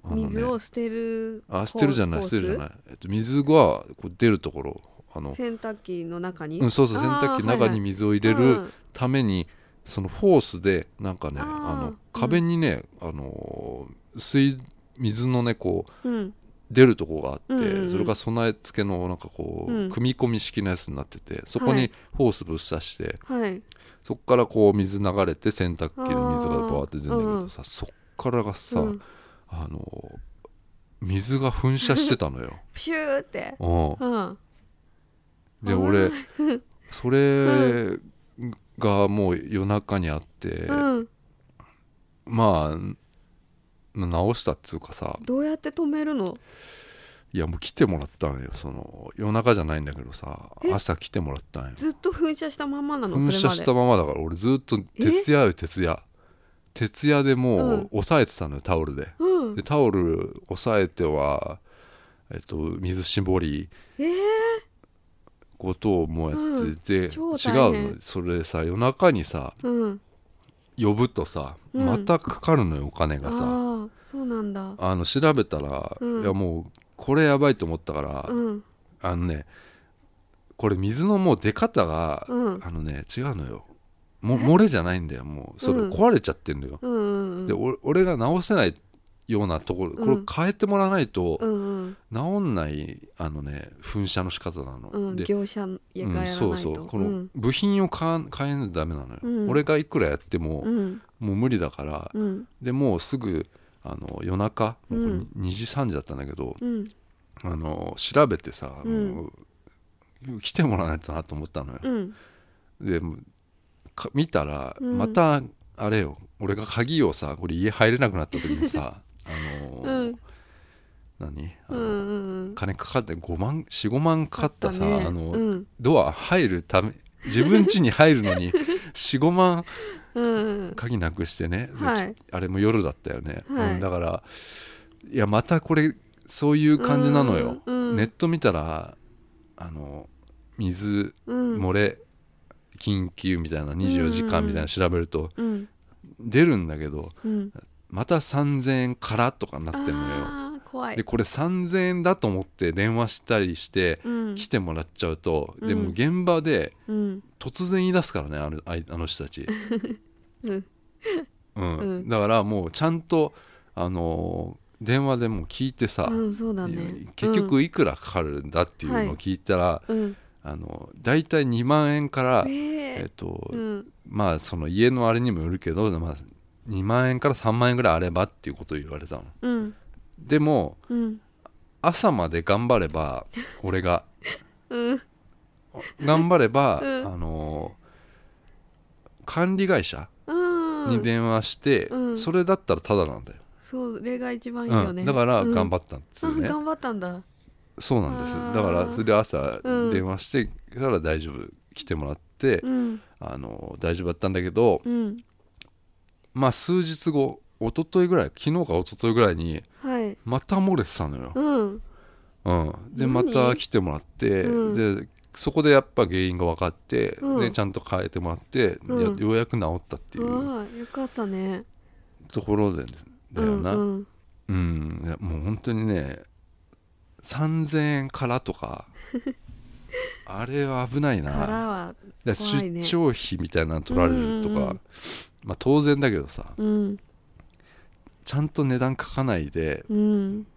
A: あのね
B: 水を捨てる
A: あ捨てるじゃない捨てるじゃない、えっと、水がこう出るところあの、
B: 洗濯機の中に、
A: うん、そうそう洗
B: あー
A: 濯機の
B: は
A: 中
B: いは
A: に
B: い
A: 水を入れ
B: う
A: る
B: ん
A: ために、そのホースでなんかね
B: あ
A: あ
B: ー
A: の
B: うん
A: 壁にね、あのー水水のねこう
B: うん
A: 出るとこがあって、
B: うんうんうん
A: それが備え付けのなんかこう、
B: うん
A: 組み込み式のやつになっててそこ
B: は
A: に
B: い
A: ホースぶっ刺して、
B: はい
A: そこからこう水流れて洗濯機の水がバーって出るんだけ
B: あーうんう
A: ど
B: ん
A: さ、そっからがさ、
B: うん
A: あのー水が噴射してた のよ。
B: プシューって
A: うん
B: うん
A: で
B: あー
A: 俺それがもう夜中にあって、
B: うん
A: まあな直したっつうかさ
B: どうやって止めるの
A: いやもう来てもらったんよその夜中じゃないんだけどさ
B: え
A: 朝来てもらったんよ
B: ずっと噴射したまんまなの
A: 噴射し
B: そ
A: た
B: れま
A: ままだから俺ずっと徹夜よ徹夜徹夜でも
B: う
A: うん押さえてたのよタオルで
B: でうん
A: でタオル押さえてはえっと水絞り
B: えー
A: ことをもうやってて、
B: うん
A: 違
B: 超大変
A: うのそれさ夜中にさ
B: うん
A: 呼ぶとさ、
B: うん
A: またかかるのよお金
B: あ
A: が
B: あ
A: さ
B: ーそうなんだ
A: あの調べたら、
B: うん
A: いやもうこれやばいと思ったから、
B: うん
A: あのねこれ水のもう出方が、
B: うん
A: あのね違うのよも漏れじゃないんだよもうそれ
B: うん
A: 壊れちゃってんのよ、
B: うんうんうん
A: でお俺が直せないようなところこれ
B: うん
A: 変えてもらわないと、
B: うんうん
A: 直んないあのね噴射の仕方なの、
B: うん
A: で
B: 業者がやら
A: う
B: なんいと
A: そうそうこ
B: う
A: の
B: ん
A: 部品を買わ変えないとダメなのよ、
B: うん
A: 俺がいくらやっても、
B: うん
A: もう無理だから、
B: うん
A: でもうすぐあの夜中もうこれ
B: うん
A: 2時3時だったんだけど、
B: うん
A: あの調べてさ、
B: うん
A: もう来てもらわないとなと思ったのよ、
B: うん
A: でもうか見たら
B: うん
A: またあれよ俺が鍵をさこれ家入れなくなった時に さあのー、
B: うん
A: 何あ
B: う
A: の
B: んうん
A: 金かかって5万45万かかったさ
B: ね
A: あの、
B: うん
A: ドア入るため自分家に入るの に45万
B: うん
A: 鍵なくしてね、で
B: はい
A: あれも夜だったよね、
B: はい
A: うんだからいやまたこれそういう感じなのよ、
B: うんうん
A: ネット見たらあの水
B: うん
A: 漏れ緊急みたいな24時間みたいなの調べると
B: うん
A: 出るんだけど
B: うん
A: また3000円からとかになってんのよ
B: あー怖
A: で
B: い
A: これ3000円だと思って電話したりして
B: うん
A: 来てもらっちゃうと、
B: うん
A: でも現場で
B: うん
A: 突然言い出すからねあのあいあの人たち、
B: うん
A: うん
B: うん
A: だからもうちゃんと、あのー電話でもう聞いてさ、
B: うんそうだね
A: い結局いくらかかるんだっていうのを聞いたら、
B: うん
A: あの大体2万円から、え
B: え
A: っ
B: え
A: と
B: うん
A: まあその家のあれにもよるけど、まあ、2万円から3万円ぐらいあればっていうことを言われたの
B: うん
A: でも
B: うん
A: 朝まで頑張れ ば俺が
B: うん
A: 頑張れば、
B: うん
A: あのー管理会社
B: う
A: に
B: ん
A: 電話して、
B: うん
A: それだったらタダなんだよ、
B: それが一番いい
A: うん
B: よね
A: だから頑
B: っ
A: 張ったんですよね、
B: 頑張ったんだ
A: そうなんです
B: あ
A: よ
B: ー
A: だからそれで朝
B: うん
A: 電話してから大丈夫来てもらって、
B: うん
A: あのー大丈夫だったんだけど、
B: うん
A: まあ数日後一昨日ぐらい昨日か一昨日ぐらいに
B: はい
A: また漏れてたのよ、
B: うん
A: うん、でま
B: 何
A: た来てもらって、
B: う
A: でそこでやっぱ原因が分かって、
B: うん
A: でちゃんと変えてもらって、
B: うん
A: やようやく治ったっていう
B: わあよかったね
A: ところでだよな、う
B: うんん
A: いやもう本当にね3000円からと かあれは危ない
B: か
A: な
B: らは
A: で
B: 怖いね
A: 出張費みたいなの取られるとか、
B: うんうんうん
A: まあ、当然だけどさ
B: うん
A: ちゃんと値段書かないで
B: うん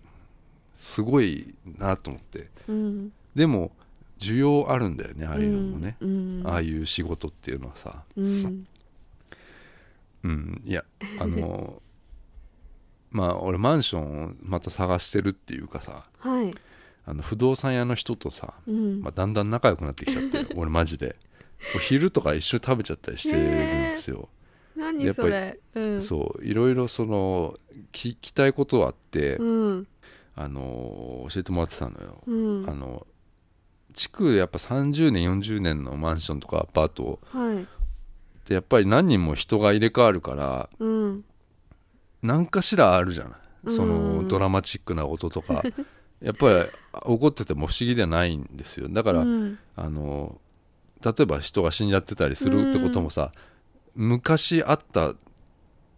A: すごいなと思って
B: うん
A: でも需要あるんだよねああいうのもね、
B: うん
A: ああいう仕事っていうのはさ、
B: うん
A: うん、 いやあのまあ俺マンションをまた探してるっていうかさ
B: はい
A: あの不動産屋の人とさ、
B: うん
A: まあ、だんだん仲良くなってきちゃって俺マジでお昼とか一緒に食べちゃったりしてるんですよ。や
B: 何
A: っぱ
B: そ
A: り
B: れうん
A: そういろいろその聞きたいことはあって、
B: うん
A: あの教えてもらってたのよ。
B: うん
A: あの築やっぱ30年40年のマンションとかアパート
B: はい
A: ってやっぱり何人も人が入れ替わるから
B: うん
A: 何かしらあるじゃないそ
B: うん
A: のドラマチックな音とかやっぱり怒ってても不思議ではないんですよだから、
B: うん
A: あの例えば人が死んじゃってたりするってこともさ、昔あった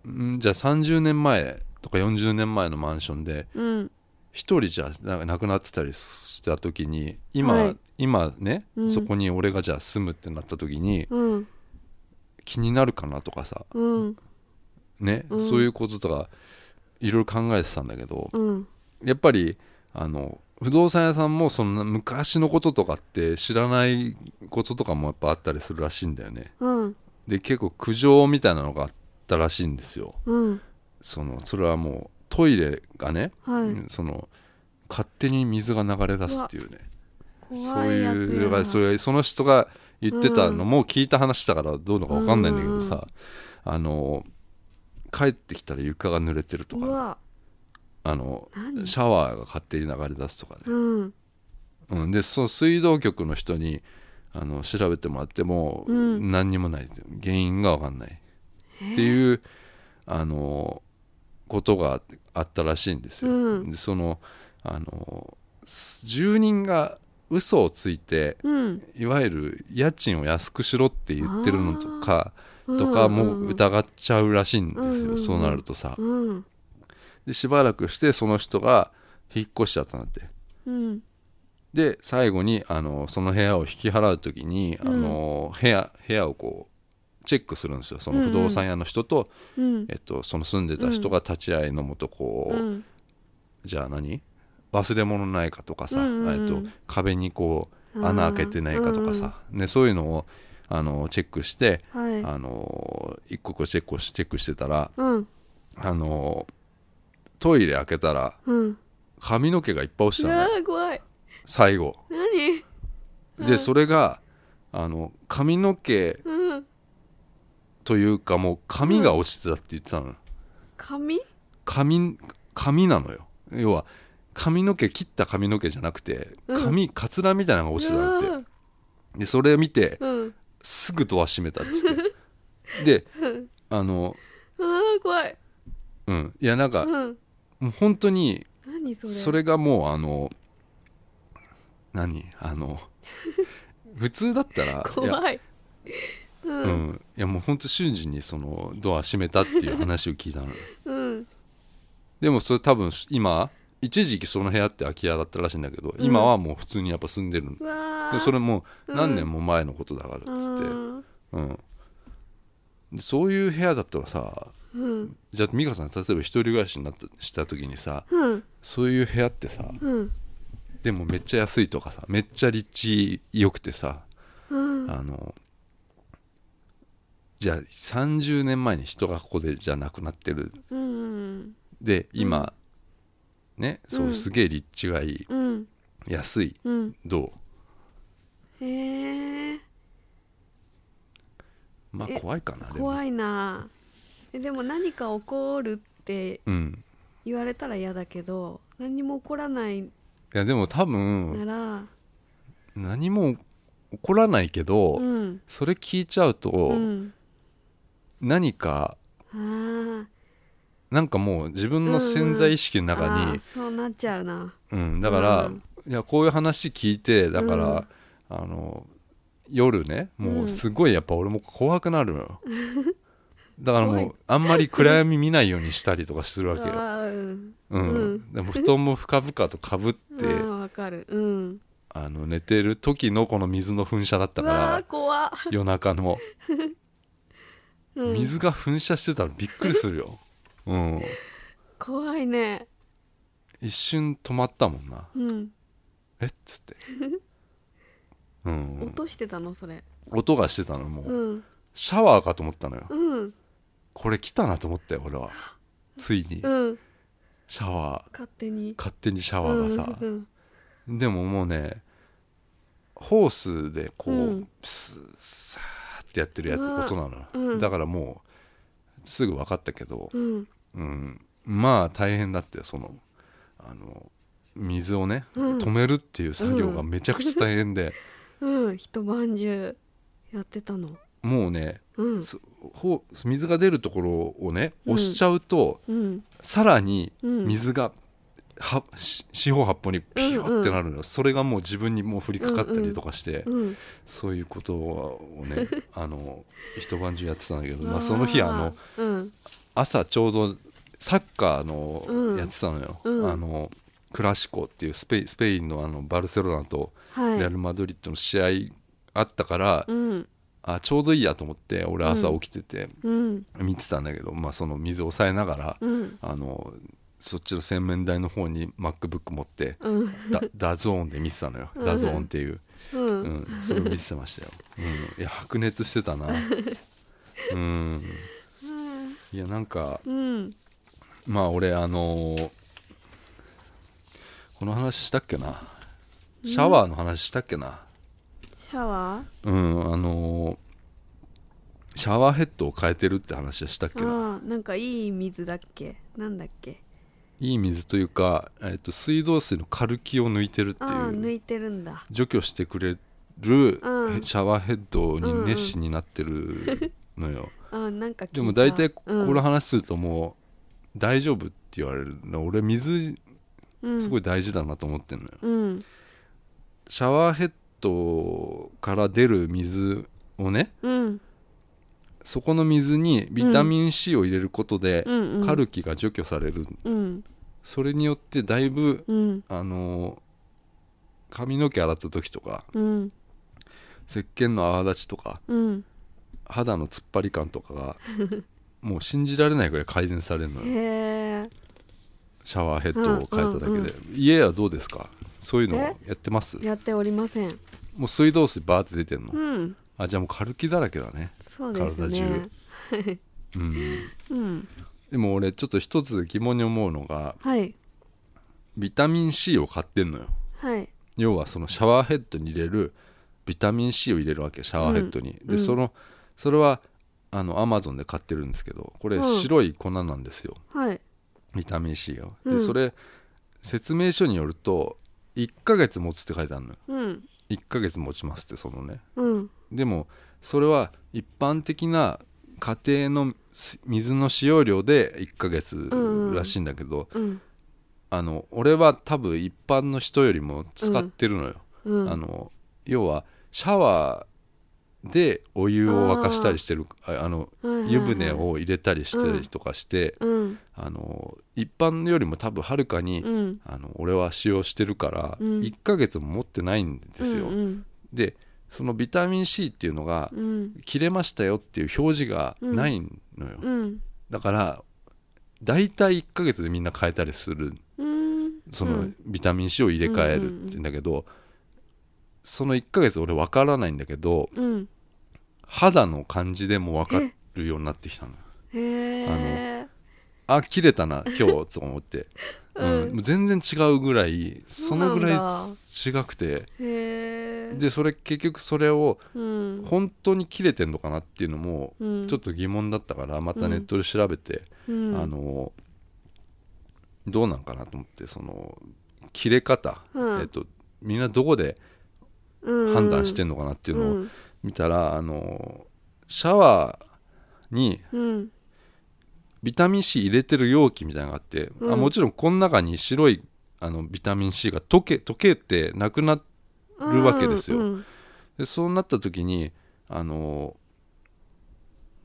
A: んじゃあ30年前とか40年前のマンションで
B: うん
A: 一人じゃな亡くなってたりした時に今、
B: はい
A: 今ね、
B: うん
A: そこに俺がじゃあ住むってなった時に
B: うん
A: 気になるかなとかさ
B: うん
A: ね、
B: うん
A: そういうこととかいろいろ考えてたんだけど、
B: うん
A: やっぱりあの不動産屋さんもその昔のこととかって知らないこととかもやっぱあったりするらしいんだよね
B: うん
A: で結構苦情みたいなのがあったらしいんですよ
B: うん
A: そのそれはもうトイレがね、
B: はい
A: その勝手に水が流れ出すっていうねそう
B: 怖いやつ
A: いう
B: や
A: のがそれその人が言ってたのも聞いた話だからどうのか分かんないんだけどさ、あの帰ってきたら床が濡れてると
B: う
A: か
B: わ
A: あの
B: 何
A: シャワーが勝手に流れ出すとかね
B: うん
A: うん、でそう水道局の人にあの調べてもらっても、
B: うん
A: 何にもないですよ原因が分かんないって
B: う
A: いう、あのことがあったらしいんですよ。
B: うん
A: でそのあのす住人が嘘をついて
B: うん
A: いわゆる家賃を安くしろって言ってるのとかとか
B: うん
A: も疑っちゃうらしいんですよ、
B: うん
A: そうなるとさ。
B: うん
A: でしばらくしてその人が引っ越しちゃったんだって。
B: うん
A: で最後にあのその部屋を引き払う時に、
B: うん
A: あの部屋部屋をこうチェックするんですよその不動産屋の人と、
B: うん
A: えっと、その住んでた人が立ち会いのもとこう、
B: うん
A: じゃあ何忘れ物ないかとかさ、
B: うんうんうん
A: えっと、壁にこう
B: あー
A: 穴開けてないかとかさ、ね、そういうのをあのチェックして、
B: はい
A: あの一個一個チェックをしチェックしてたら
B: うん
A: あのトイレ開けたら
B: うん
A: 髪の毛がいっぱい落ち
B: う
A: たの
B: わ
A: よ
B: ー怖い
A: 最後。
B: 何
A: でそれがあの髪の毛
B: うん
A: というかもう髪が落ちてたって言ってたの
B: 髪
A: 髪髪なのよ要は髪の毛切った髪の毛じゃなくて
B: うん
A: 髪かつらみたいなのが落ちてたんだ
B: う
A: っ
B: わ
A: てでそれを見て
B: ーうん
A: すぐドア閉めたっつって で
B: うん
A: あの
B: あー怖い
A: うんいやなんか
B: うん
A: もう本当に
B: 何それ
A: それがもうあの何あの普通だったらいや
B: 怖いうん
A: う、ん、いやもうほんと瞬時にそのドア閉めたっていう話を聞いたの
B: うん、
A: でもそれ多分今一時期その部屋って空き家だったらしいんだけど、
B: うん
A: 今はもう普通にやっぱ住んでるの
B: うわ
A: でそれもう
B: うん
A: 何年も前のことだからっつって、うん
B: あ
A: でそういう部屋だったらさ
B: ーうん
A: じゃあ美香さん例えば一人暮らしになったした時にさ
B: うん
A: そういう部屋ってさ
B: うん
A: でもめっちゃ安いとかさめっちゃ立地良くてさ
B: うん
A: あのじゃあ30年前に人がここでじゃなくなってる
B: うん
A: で今、ねそううんすげえ立地がいい、
B: うん
A: 安い
B: うん
A: ど
B: へえ
A: うまあ
B: え
A: 怖いかなでも
B: 怖いなえでも何か起こるって
A: うん
B: 言われたら嫌だけど何も起こらない
A: いやでも多
B: な
A: 分
B: ら
A: 何も起こらないけど、
B: うん
A: それ聞いちゃうと、
B: うん
A: 何か
B: あー
A: なんかもう自分の潜在意識の中
B: あ
A: に
B: ー、そうなっちゃうな
A: うんだから、
B: うん
A: いやこういう話聞いてだから、あの夜ねもうすごいやっぱ俺も怖くなるの よ、だから
B: 怖
A: も
B: いう
A: あんまり暗闇見ないようにしたりとかする
B: あ
A: わけよ
B: ーうん
A: うん
B: うん
A: でも布団も深々とかぶって
B: あーわかるうん
A: あの寝てる時のこの水の噴射だった
B: う
A: か
B: わ
A: ら
B: ー怖っ
A: 夜中の
B: うん
A: 水が噴射してたらびっくりするよ、うん、
B: 怖いね
A: 一瞬止まったもんな
B: うん
A: えっつっ て、うん
B: 落、としてたのそれ
A: 音がしてたのもう、
B: うん
A: シャワーかと思ったのよ
B: うん
A: これ来たなと思ったよ俺はついに
B: うん
A: シャワー
B: 勝手に
A: 勝手にシャワーがさ
B: うんうん
A: でももうねホースでこう、
B: うん
A: スーサーってやってるやつ
B: うわ
A: 音なの、
B: うん
A: だからもうすぐ分かったけど、
B: うん
A: うん、まあ大変だってそのあの水をね、
B: うん
A: 止めるっていう作業が
B: うん
A: めちゃくちゃ大変 で、
B: うん一晩中やってたの
A: もうね
B: うん
A: そほう水が出るところをね
B: うん
A: 押しちゃうと、
B: うん
A: さらに
B: うん
A: 水がはし四方八方にピヨってなるの、それがもう自分にもう降りかかったりとかして、
B: うん
A: そういうことをねあ の一晩中やってたんだけど、まあ、その日あの
B: うん
A: 朝ちょうどサッカーの
B: うん
A: やってたのよ、
B: うん
A: あのクラシコっていうスペインスペインのあのバルセロナと
B: はい
A: レアル・マドリッドの試合あったから、
B: うん
A: あちょうどいいやと思って俺朝起きてて
B: うん
A: 見てたんだけど、まあ、その水を抑えながら、
B: うん
A: あのそっちの洗面台の方に MacBook 持って
B: うん
A: ダダゾーンで見てたのよ、
B: うん
A: ダゾーンっていう、
B: う
A: うんん、それを見てましたよ、うん、いや白熱してた なうんいやなんか
B: うん
A: まあ俺あのーこの話したっけなシャワーの話したっけな
B: シャワ
A: うん、あのーシャワーヘッドを変えてるって話はしたっけな
B: ーあーなんかいい水だっけなんだっけ
A: いい水というか、えっと水道水のカルキを抜いてるって
B: ああ抜
A: いう
B: いてるんだ
A: 除去してくれる
B: うん
A: シャワーヘッドに熱心になってるの よ、
B: あーなんか聞いた
A: でも大体こ
B: うん
A: の話するともう大丈夫って言われるの俺水
B: うん
A: すごい大事だなと思ってるのよ
B: うん
A: シャワーヘッドから出る水をね
B: うん
A: そこの水にビタミン C を入れることで、
B: うんうん
A: カルキが除去される
B: うん
A: それによってだいぶ
B: うん
A: あのー髪の毛洗った時とか
B: うん
A: 石鹸の泡立ちとか
B: うん
A: 肌の突っ張り感とか がもう信じられないぐらい改善されるのよ
B: へえ
A: シャワーヘッドを変えただけで、
B: うんうん
A: 家はどうですかそういうのや
B: え
A: ってます
B: やっておりません
A: もう水道水バーって出てんの、
B: うん
A: あじゃあもうカルキだらけだね
B: そうです
A: 体中
B: ね
A: うん
B: うん
A: でも俺ちょっと一つ疑問に思うのが
B: はい
A: ビタミン C を買ってんのよ
B: はい
A: 要はそのシャワーヘッドに入れるビタミン C を入れるわけシャワーヘッドに、
B: ん
A: で、
B: うん
A: そのそれはあのアマゾンで買ってるんですけどこれ
B: うん
A: 白い粉なんですよ、
B: はい
A: ビタミン C が、
B: う
A: で
B: ん
A: それ説明書によると1ヶ月持つって書いてあるのよ
B: うん
A: 1ヶ月持ちますってそのね
B: うん
A: でもそれは一般的な家庭のす水の使用量で1ヶ月
B: うん
A: らしいんだけど、
B: うん
A: あの俺は多分一般の人よりも使ってるのよ、
B: うん
A: あの要はシャワーでお湯を沸かしたりしてるああの
B: はいはいはい
A: 湯船を入れたりしたりとかして、
B: うん
A: あの一般よりも多分はるかに、
B: うん
A: あの俺は使用してるから、
B: うん
A: 1ヶ月も持ってないんですよ。
B: うん
A: でそのビタミン C っていうのが、
B: うん
A: 切れましたよっていう表示がないのよ、
B: うん
A: だから大体1ヶ月でみんな変えたりする
B: うん
A: そうの
B: ん
A: ビタミン C を入れ替えるって言うんだけど、その1ヶ月俺分からないんだけど
B: うん
A: 肌の感じでも分かるようになってきたの
B: へえ
A: あ切れたな今日と思って、うん
B: うん
A: もう全然違うぐらいそのぐらい違くて
B: へえ
A: でそれ結局それを
B: うん
A: 本当に切れてんのかなっていうのも
B: うん
A: ちょっと疑問だったからまたネットで調べて、
B: うん
A: あのどうなんかなと思ってその切れ方、
B: うん
A: えっとみんなどこで判断して
B: っ
A: んのかなっていうのを見たら、あのシャワーに
B: うん
A: ビタミン C 入れてる容器みたいなのがあって、
B: うん
A: あもちろんこの中に白いあのビタミン C が溶け溶けてなくなっ
B: うん
A: るわけですよ
B: うん
A: でそうなった時にあの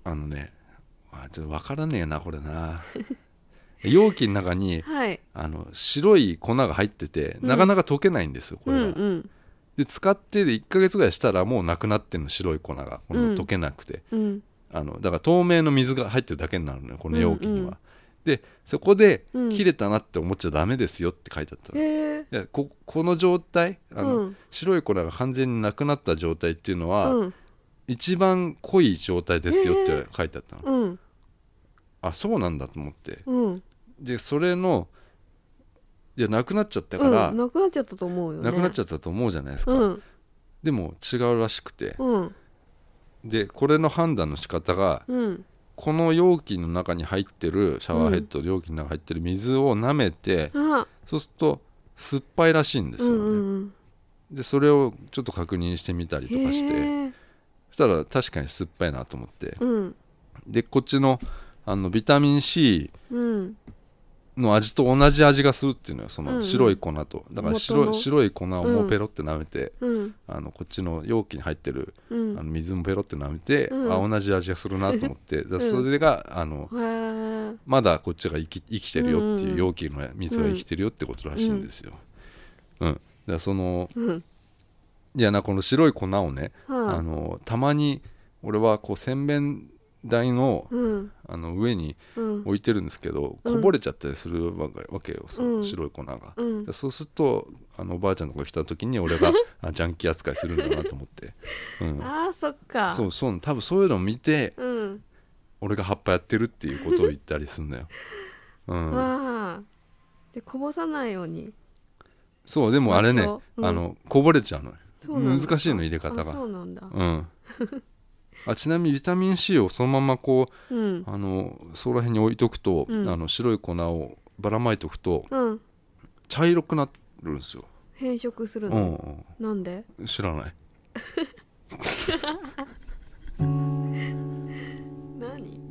A: あのねあちょっと分からねえなこれ な容器の中に
B: はい
A: あの白い粉が入ってて
B: うん
A: なかなか溶けないんですよ、こ
B: う
A: れが、
B: んうん
A: で使ってで1ヶ月ぐらいしたらもうなくなってんの白い粉がこ
B: う
A: の
B: ん
A: 溶けなくて、
B: うん
A: あのだから透明の水が入ってるだけになるのよこの容器には、
B: うんうん
A: でそこで
B: うん
A: 切れたなって思っちゃダメですよって書いてあったの、
B: へえ
A: いやここの状態あの、
B: うん
A: 白い粉が完全になくなった状態っていうのは、
B: うん
A: 一番濃い状態ですよって書いてあったの、
B: うん
A: あそうなんだと思って
B: うん
A: でそれのいやなくなっちゃったから、
B: うんなくなっちゃったと思うよね
A: なくなっち
B: ゃ
A: ゃ
B: っ
A: ったと思うじゃないです
B: た
A: か、
B: うん
A: でも違うらしくて
B: うん
A: でこれの判断の仕方が
B: うん
A: この容器の中に入ってるシャワーヘッドの容器の中に入ってる水を舐めて
B: あ
A: そうすると酸っぱいらしいんです
B: う
A: よ
B: ん
A: ね、
B: うん
A: でそれをちょっと確認してみたりとかし
B: へ
A: て
B: ー
A: そしたら確かに酸っぱいなと思って
B: うん
A: でこっちのあのビタミン C
B: うん
A: の味と同じ味がするっていうのよそ
B: うんう
A: の
B: ん
A: 白い粉とだから白
B: 元
A: い
B: の
A: 白い粉をもうペロって舐めて、
B: うん
A: あのこっちの容器に入ってる
B: う
A: あの
B: ん
A: 水もペロって舐めて、
B: うん
A: あ同じ味がするなと思ってだからそれがあの
B: へー
A: まだこっちが生き生きてるよって
B: う
A: い
B: ん
A: ううん容器の水が生きてるよってことらしいんですよ。うん、だからその
B: うん
A: いやなこの白い粉をね、
B: は
A: あ
B: あ
A: のたまに俺はこう洗面台の
B: うん
A: あの上に
B: うん
A: 置いてるんですけど、
B: うん
A: こぼれちゃったりするわけわけよそうの
B: ん
A: 白い粉が、
B: うん
A: でそうするとあのおばあちゃんとか来た時に 俺があジャンキー扱いするんだなと思って、うん、
B: あーそっか
A: そうそう多分そういうのを見て
B: うん
A: 俺が葉っぱやってるっていうことを言ったりするんだよ、うん、
B: ああでこぼさないように
A: そうでもあれね、
B: 場所うん
A: あのこぼれちゃうのよ
B: そうなんだ
A: 難しいの入れ方が
B: あそうなんだ
A: うんあちなみにビタミン C をそのままこう
B: うん
A: あのそこら辺に置いとくと、
B: うん
A: あの白い粉をばらまいとくと
B: うん
A: 茶色くなるんですよ、
B: 変色する
A: う
B: の
A: ん
B: なんで
A: うん、知らない
B: 何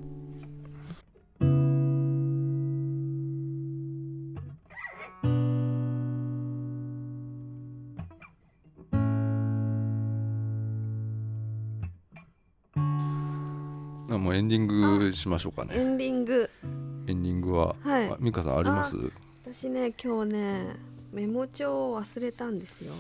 A: あもうエンディングしましょうか
B: エ
A: ね
B: ンディング
A: エンディングは、
B: はい
A: あ美香さんあります
B: 私ね今日ねメモ帳を忘れたんですよ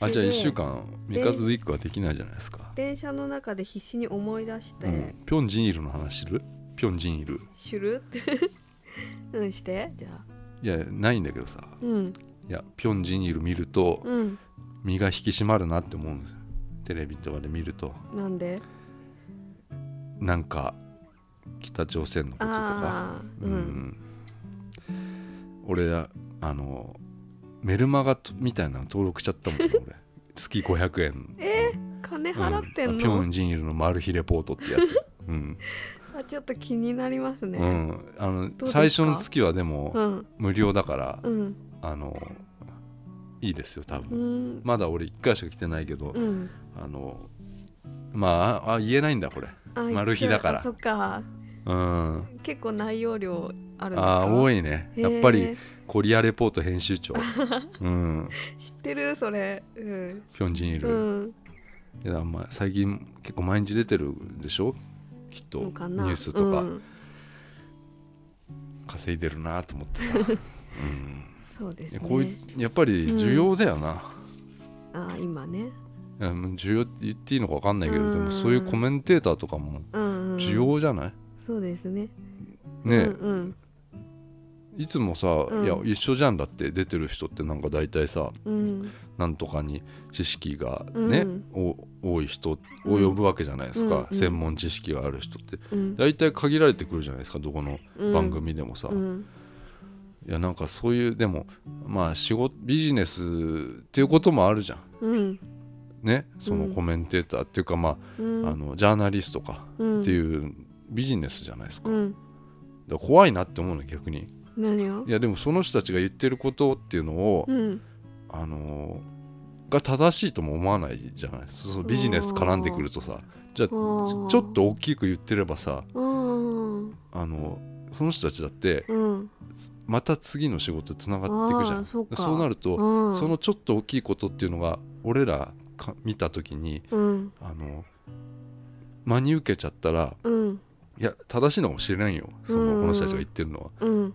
A: あじゃあ
B: そ
A: 1
B: れで
A: 週間ミカズウィークはできないじゃないですか、
B: 電車の中で必死に思い出して、
A: うん、ピョンジンイルの話するピョンジンイル
B: シュルって うんしてじゃあ
A: いやないんだけどさ
B: うん
A: いやピョンジンイル見ると
B: うん
A: 身が引き締まるなって思うんですよテレビとかで見ると
B: なんで
A: なんか北朝鮮のこととか
B: ああ
A: う、
B: うんん
A: 俺あのメルマガとみたいなの登録しちゃったもん俺 月500円
B: え金払ってん
A: ピョ
B: の
A: ンジンイルのマル秘レポートってやつうん、
B: あちょっと気になります
A: う
B: ね
A: ん、あの
B: ですか
A: 最初の月はでも、
B: うん
A: 無料だから、
B: うん
A: あのいいですよ多
B: う
A: 分、
B: ん
A: まだ俺1回しか来てないけど、
B: うん
A: あのまああ言えないんだこれ
B: あ
A: マル秘だから
B: あそっか
A: うん
B: 結構内容量あるんですか
A: ああ多
B: い
A: いねやっぱりコリアレポート編集 長うん
B: 知ってるそれうん
A: ピョンジンイル、
B: うん
A: いやまあ、最近結構毎日出てるでしょきっとニ
B: のかな
A: ュースとか、
B: うん
A: 稼いでるなと思って さ、うん
B: そうで
A: い
B: す
A: や
B: ね
A: こういうやっぱり需要だよな、
B: ああ今ね
A: うん需要って言っていいのか分かんないけど、で
B: う
A: も
B: ん
A: そういうコメンテーターとかも
B: うんうん
A: 需要じゃない、
B: そうですね
A: ね、
B: うん
A: いつもさ、
B: うん
A: いや一緒じゃんだって出てる人ってなんか大体さ
B: うんうん
A: なんとかに知識がね、お多い人を呼ぶわけじゃないですか、
B: うんうん
A: 専門知識がある人って
B: うん
A: 大体限られてくるじゃないですかどこの
B: うん
A: 番組でもさ、
B: うん
A: いやなんかそういうでもまあ仕事ビジネスっていうこともあるじゃん
B: うん
A: ねそうの
B: ん
A: コメンテーターっていうかま
B: う
A: あ,、
B: ん
A: あのジャーナリストか
B: うん
A: っていうビジネスじゃないですか,、
B: うん
A: だから怖いなって思うの逆に
B: 何を
A: いやでもその人たちが言ってることっていうのを、
B: うん
A: あのーが正しいとも思わないじゃないそうそうビジネス絡んでくるとさじゃあち
B: あー
A: ょちょっと大きく言ってればさ
B: あー
A: あのその人たちだって
B: うん
A: また次の仕事つながっていくじゃ
B: あ
A: ん
B: ーそうか
A: なると、
B: うん
A: そのちょっと大きいことっていうのが俺らか見た時に
B: うん
A: あの真に受けちゃったら
B: うん
A: いや正しいのかもしれないよその、
B: うん
A: この人たちが言ってるのは
B: うん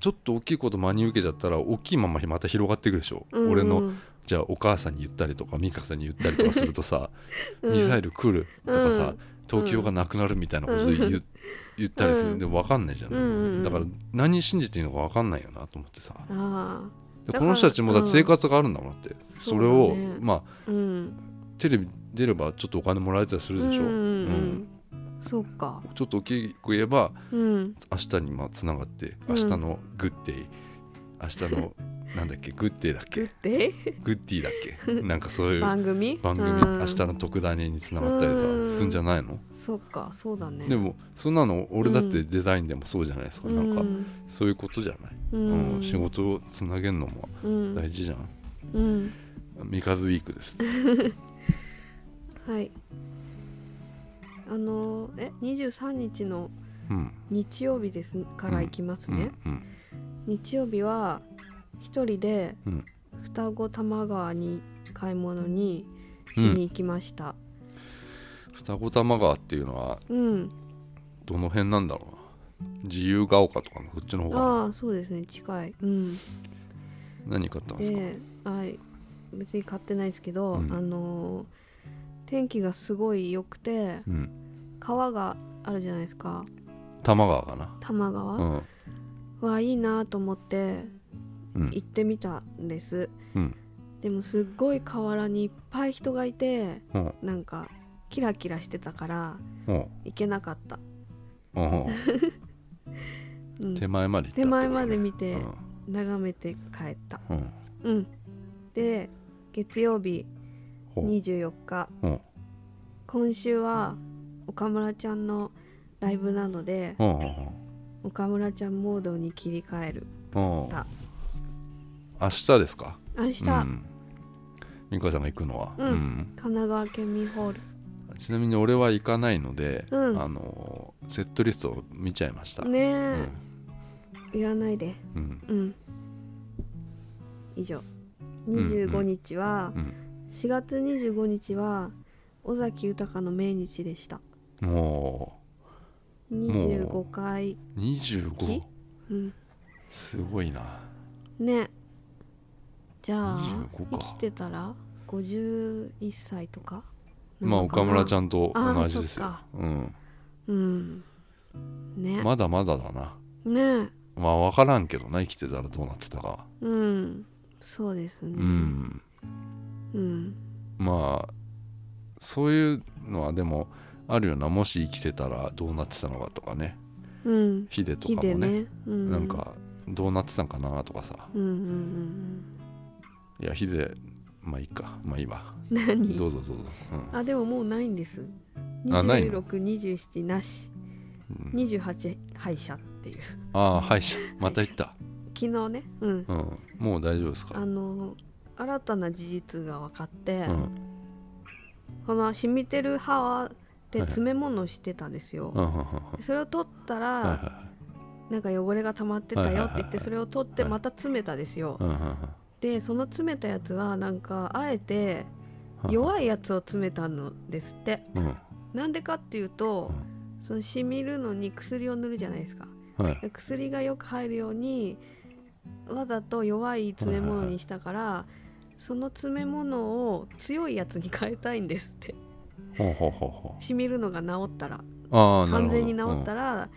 A: ちょっと大きいこと真に受けちゃったら大きいまままた広がってくるでしょ、
B: うん
A: 俺のじゃあお母さんに言ったりとか美香さんに言ったりとかするとさ、
B: うん
A: ミサイル来るとかさ、
B: うん
A: 東京がなくなるみたいなこと言,、
B: うん
A: 言ったりする、
B: うん
A: でも分かんないじゃん、
B: うんうんうん
A: だから何信じていいのか分かんないよなと思ってさ
B: あ
A: で
B: だから
A: この人たちもだって生活があるんだもんだって、それを
B: そうだね
A: まあ
B: あうん
A: テレビ出ればちょっとお金もらえたりするでしょ、
B: うんうん
A: う
B: う
A: ん
B: んそうか
A: ちょっと大きく言えば
B: うん
A: 明日にまあつながって
B: う
A: 明
B: ん
A: 日のグッデイ、明日のなんだっけグッデーだっ
B: グ
A: け
B: ッデイ
A: グッディだっけなんかそういう番
B: 番組
A: 組
B: うん
A: 明日の特ダネにつながったりさ
B: うん
A: するんじゃないの
B: そうかそうだね
A: でもそんなの俺だってデザインでもそうじゃないですか、なんかそういうことじゃない、
B: う
A: うん
B: ん、
A: 仕事をつなげるのも
B: うん
A: 大事じゃん、
B: うん
A: ミカズウィーク です
B: はいあのーえ23日の
A: うん
B: 日曜日ですからいきますね、
A: うん
B: 日曜日は一人で
A: うん
B: 双子玉川に買い物にしに行きました
A: 双子玉川っていうのは
B: うん、
A: どの辺なんだろうな自由が丘とかのこっちの方かな
B: ああそうですね近いうん
A: 何買ったんですか、
B: で、はい、別に買ってないですけど、
A: うん
B: あのー天気がすごい良くて
A: うん
B: 川があるじゃないですか
A: 玉川かな
B: 多摩
A: う
B: 川、
A: ん
B: はいいなと思って
A: うん
B: 行ってみたんです
A: うん
B: でもすっごい河原にいっぱい人がいて
A: うん
B: なんかキラキラしてたから
A: うん
B: 行けなかった、
A: うん うん
B: うん、
A: 手前まで行ったってこと
B: 手
A: ね
B: 前まで見て
A: うん
B: 眺めて帰った
A: うん
B: うんで月曜日
A: ほう
B: 24日
A: うん
B: 今週は岡村ちゃんのライブなので
A: うんうん
B: 岡村ちゃんモードに切り替える
A: うんうん
B: た
A: 明日ですか
B: 明日、
A: うん、美香ちゃんが行くのは、
B: うん神奈川県民ホー
A: うんちなみに俺は行かないので、
B: うん
A: あのーセットリストを見ちゃいました、
B: ルねえ、
A: うん
B: 言わないで
A: うん
B: うん以上
A: んうん
B: 25日は、
A: うん
B: 4月25日は尾崎豊の命日でした
A: もも
B: 25回
A: う25
B: きうん
A: すごいな
B: ねじゃあ
A: 25
B: 生
A: か
B: きてたら51歳とか
A: まあ岡村ち
B: ゃん
A: ゃんと同じです
B: あ
A: よ
B: ーそっか、
A: うん、
B: うんね、
A: まだまだだな
B: ね
A: まあ分からんけどな生きてたらどうなってたかは
B: うんそうですね
A: うん
B: うん
A: まあそういうのはでもあるよなもし生きてたらどうなってたのかとかね
B: うん
A: ヒデとか
B: 木
A: も
B: で
A: ね
B: ねうん
A: なんかどうなってたんかなとかさ
B: うんうん
A: いやヒデまあいいかまあいいわ
B: うんうん何
A: どうぞどうぞ、
B: あでももうないんです
A: あないの
B: 2627なし
A: うんうん、
B: 28敗者っていう
A: ああ歯医者また行った、
B: 昨日ねうん
A: うん、もう大丈夫です
B: あ
A: か
B: の新たな事実が分かって、
A: うん
B: この染みてる歯はで
A: はい
B: 詰め物してたんですよ、
A: うんうんうんうん
B: それを取ったら、
A: はいは
B: なんか汚れが溜まってたよ
A: はいは
B: って言って、
A: いはいはい
B: それを取って
A: はい
B: また詰めたですよ、
A: いうんうん
B: でその詰めたやつはなんかあえて
A: うん
B: 弱いやつを詰めたのですって
A: うん
B: なんでかっていうと、その染みるのに薬を塗るじゃないですか
A: はい
B: で薬がよく入るようにわざと弱い詰め物にしたから、その詰め物を強いやつに変えたいんですって
A: ほうほうほうほ
B: 染みるのが治ったら
A: うああなるほど
B: 完全に治った
A: ら、
B: ら、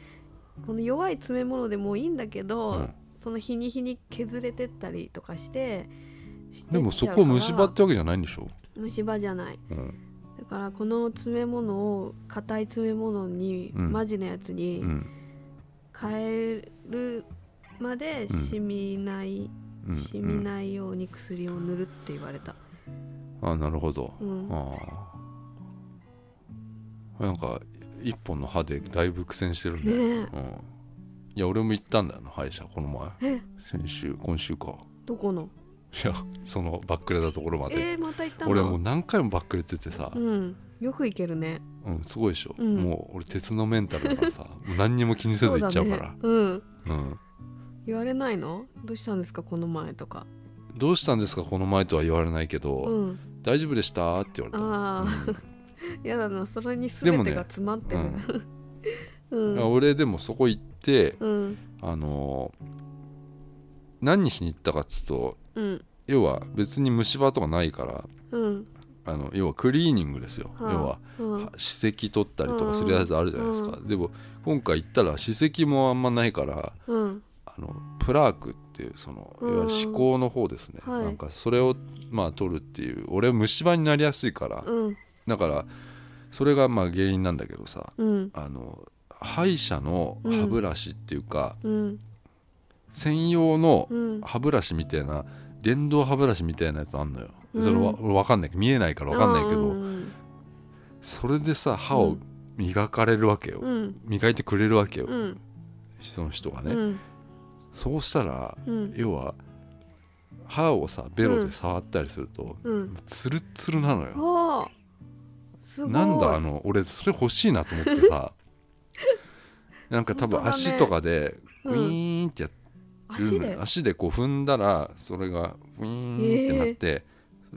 B: この弱い詰め物でもいいんだけど、
A: うん
B: その日に日に削れてったりとかしてして
A: で
B: っちゃうから
A: もそこ虫歯ってわけじゃないんでしょ、
B: 虫歯じゃない
A: うん
B: だからこの詰め物を硬い詰め物に、
A: うん
B: マジなやつに
A: うん
B: 変えるまで
A: うん
B: 染みない、
A: うん、
B: 染みないように薬を塗るって言われた、
A: ああなるほど、
B: うん
A: ああなんか一本の歯でだいぶ苦戦してるんだよ、
B: ね
A: うん、いや俺も行ったんだよな歯医者この前
B: え
A: 先週今週か
B: どこの
A: いやそのバックレたところまで、
B: えー、また行ったの
A: 俺もう何回もバックレててさ、
B: うんよく行けるね
A: うんすごいでしょ、
B: うん
A: もう俺鉄のメンタルだからさもう何にも気にせず行っちゃうから
B: そだねうん
A: うん、
B: 言われないのどうしたんですかこの前とか
A: どうしたんですかこの前とは言われないけど、
B: うん
A: 大丈夫でしたって言わ
B: あ
A: れ
B: あ
A: た、
B: やだなそれに全てが詰まってる
A: でもね
B: う
A: うん
B: ん
A: いや俺でもそこ行って
B: うん
A: あのー何にしに行ったかっつうと
B: うん
A: 要は別に虫歯とかないから
B: うん
A: あの要はクリーニングですよ、
B: はあ
A: 要は
B: うん
A: 歯石取ったりとかするやつあるじゃないですか、でも今回行ったら歯石もあんまないから
B: うん
A: あのプラークっていうそのい
B: うん
A: わゆる歯垢の方ですね、
B: はい
A: なんかそれをまあ取るっていう俺は虫歯になりやすいから、
B: うん
A: だからそれがまあ原因なんだけどさ
B: うん
A: あの歯医者の歯ブラシっていうか、
B: うん
A: 専用の
B: うん
A: 歯ブラシみたいな電動歯ブラシみたいなやつあんのよ
B: うん
A: それは分かんない見えないから分かんないけど、
B: うん
A: それでさ歯
B: う
A: を
B: ん
A: 磨かれるわけよ、
B: うん
A: 磨いてくれるわけよ、
B: うん
A: その人が
B: う
A: ね、
B: ん
A: そうしたら
B: うん
A: 要は歯をさベロで触ったりすると、
B: うん
A: ツルッツルなのよ
B: おーすごい
A: なんだあの俺それ欲しいなと思って さなんか多分
B: 本当だね
A: 足とかでウ
B: う
A: ィー
B: ん
A: ンってやっ
B: 足
A: るの
B: で
A: よ足でこう踏んだらそれがウィーンってなって、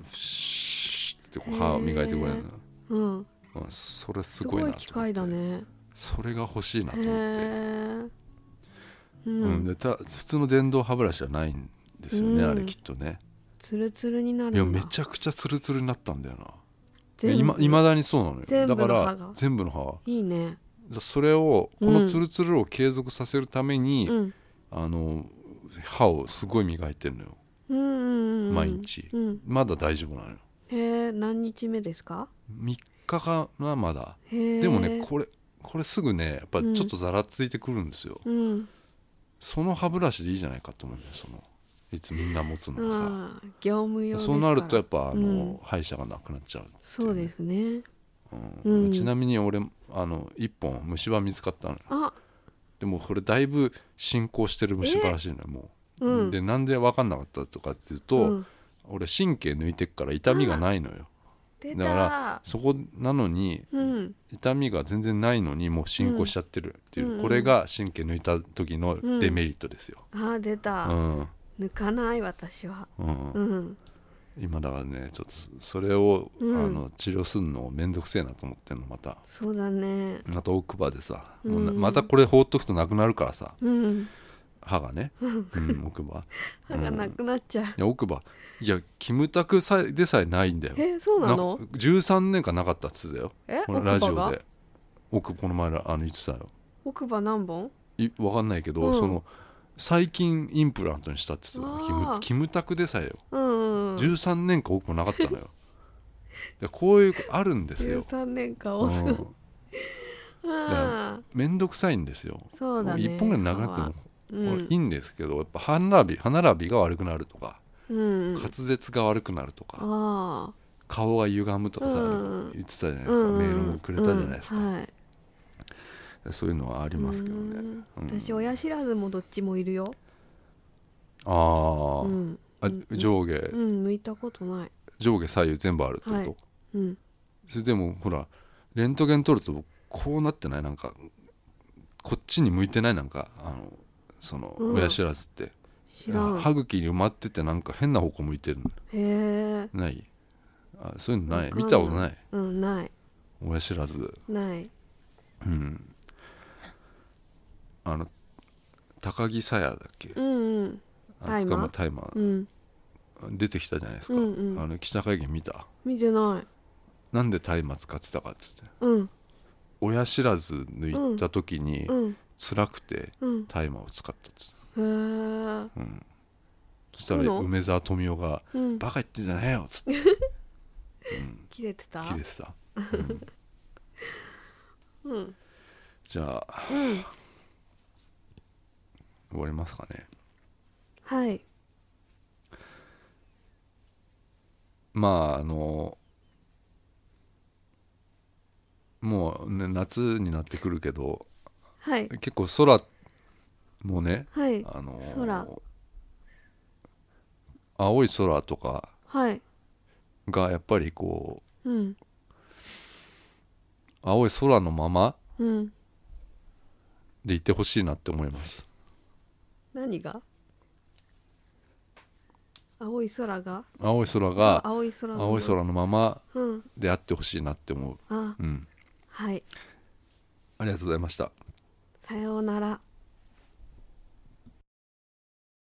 A: フシーってこう歯を磨いてくれるのよ、
B: うん
A: うん、それす
B: す
A: ごい
B: ご
A: ないと思って
B: 機械だね
A: それが欲しいな
B: へ
A: と思って、
B: え
A: う
B: う
A: ん
B: ん
A: でた普通の電動歯ブラシじゃないんですよね、
B: うん
A: あれきっとね
B: ツルツルになるん
A: い
B: だ
A: やめちゃくちゃツルツルになったんだよな
B: 全部
A: いまだにそうなのよ
B: 全部の
A: だか
B: 歯
A: ら
B: が
A: 全部の歯はだか
B: いいね
A: らそれをこ
B: う
A: の
B: ん
A: ツルツルを継続させるために、
B: うん
A: あの歯をすごい磨いてるのよ
B: うんうんうん
A: 毎日
B: うん
A: まだ大丈夫なのよ
B: へえ何日目ですか
A: 3日かなまだ
B: へえ
A: でもねこれこれすぐねやっぱ
B: うん
A: ちょっとざらついてくるんですよ、
B: うん
A: その歯ブラシでいいじゃないかと思うんだよそのいつみんな持つのがさ、
B: ああ業務用ですか
A: そ
B: ら
A: うなるとやっぱあの、
B: うん
A: 歯医者がなくなっちゃうってい
B: そう
A: ね
B: ですね
A: うん
B: うん
A: ちなみに俺あの1本虫歯見つかったのよ
B: あ
A: でもこれだいぶ進行してる虫歯らしいのよもう、
B: うん
A: でなんで分かんなかったとかっていうと、
B: うん
A: 俺神経抜いてっから痛みがないのよ
B: 出
A: だから
B: た
A: そこなのに
B: うん
A: 痛みが全然ないのにもう進行しちゃってるっていう、
B: うん
A: これが神経抜いた時のデメリットですよ、
B: あー出
A: う
B: た
A: ん
B: 抜かない私は
A: うん
B: うん
A: 今だからねちょっとそれを、
B: うん
A: あの治療するのめんどくせえなと思ってんのまた
B: そうだね
A: また奥歯でさ、もうな
B: うん
A: またこれ放っとくとなくなるからさ
B: うん
A: 歯がね、うん、奥歯
B: 歯がなくなっちゃう
A: いや奥歯いやキムタクさえでさえないんだよ
B: えそうなの
A: んか13年間なかったっつってたよ
B: え
A: この
B: 奥
A: ラジ
B: 歯
A: オ
B: が
A: で奥この前らあの言ってたよ
B: 奥歯何本
A: いわかんないけど、
B: うん
A: その最近インプラントにしたっつってたキ
B: あ
A: ム
B: ー
A: キムタクでさえよ
B: うんうん
A: 13年間奥歯なかったのよ でこういうあるんですよ
B: 13年間
A: う
B: を
A: ん
B: ああ
A: めんどくさいんですよ
B: そうだね
A: 1本ぐらいなくなっても
B: うん
A: いいんですけど、やっぱ歯並び歯並びが悪くなるとか
B: うん
A: 滑舌が悪くなるとか、
B: あ
A: 顔が歪むとかさ、
B: うん
A: 言ってたじゃないです
B: あ
A: か、
B: うん
A: メールもくれたじゃないですか、
B: うんはい
A: そういうのはありますけどね、
B: うん
A: うん
B: 私親知らずもどっちもいるよ
A: あー、
B: うん
A: あ
B: うん
A: 上下、
B: うん抜いたことない
A: 上下左右全部あるってこと、
B: はいうん
A: それでもほらレントゲン撮るとこうなってないなんかこっちに向いてないなんかあのその
B: うん
A: 親知らずって、
B: 知らん
A: 歯茎に埋まっててなんか変な方向向いてるの
B: へえ
A: ないあそういうのない
B: わかんない
A: 見たことない
B: うんない
A: 親知らず
B: ない
A: うんあの高木さやだっけ
B: うんうん
A: あ
B: 大麻
A: 捕ま大麻
B: うん
A: 出てきたじゃないですか、
B: うんうん
A: あの記者会見見た
B: 見てない
A: なんで大麻使ってたかっつって
B: うん
A: 親知らず抜いた時に
B: うん
A: 辛くて
B: うん
A: 大麻を使ったっつって、
B: へえ
A: そしたら
B: そうなの
A: 梅沢富美男が
B: う
A: 「
B: ん
A: バカ言ってんじゃねえよ」っつって
B: 切れてた
A: 切れてた、うん
B: うん
A: じゃあ
B: うん
A: 終わりますかね
B: はい
A: まああのもうね夏になってくるけど
B: はい
A: 結構空もね
B: はい
A: あの
B: 空
A: 青い空とか
B: はい
A: がやっぱりこう
B: うん
A: 青い空のまま
B: うん
A: でいてほしいなって思います
B: 何が青い空が
A: 青い空
B: あ
A: が
B: 青い空の
A: 青い空のまま
B: うん
A: であってほしいなって思う
B: あ
A: うん
B: はい
A: ありがとうございました
B: さようなら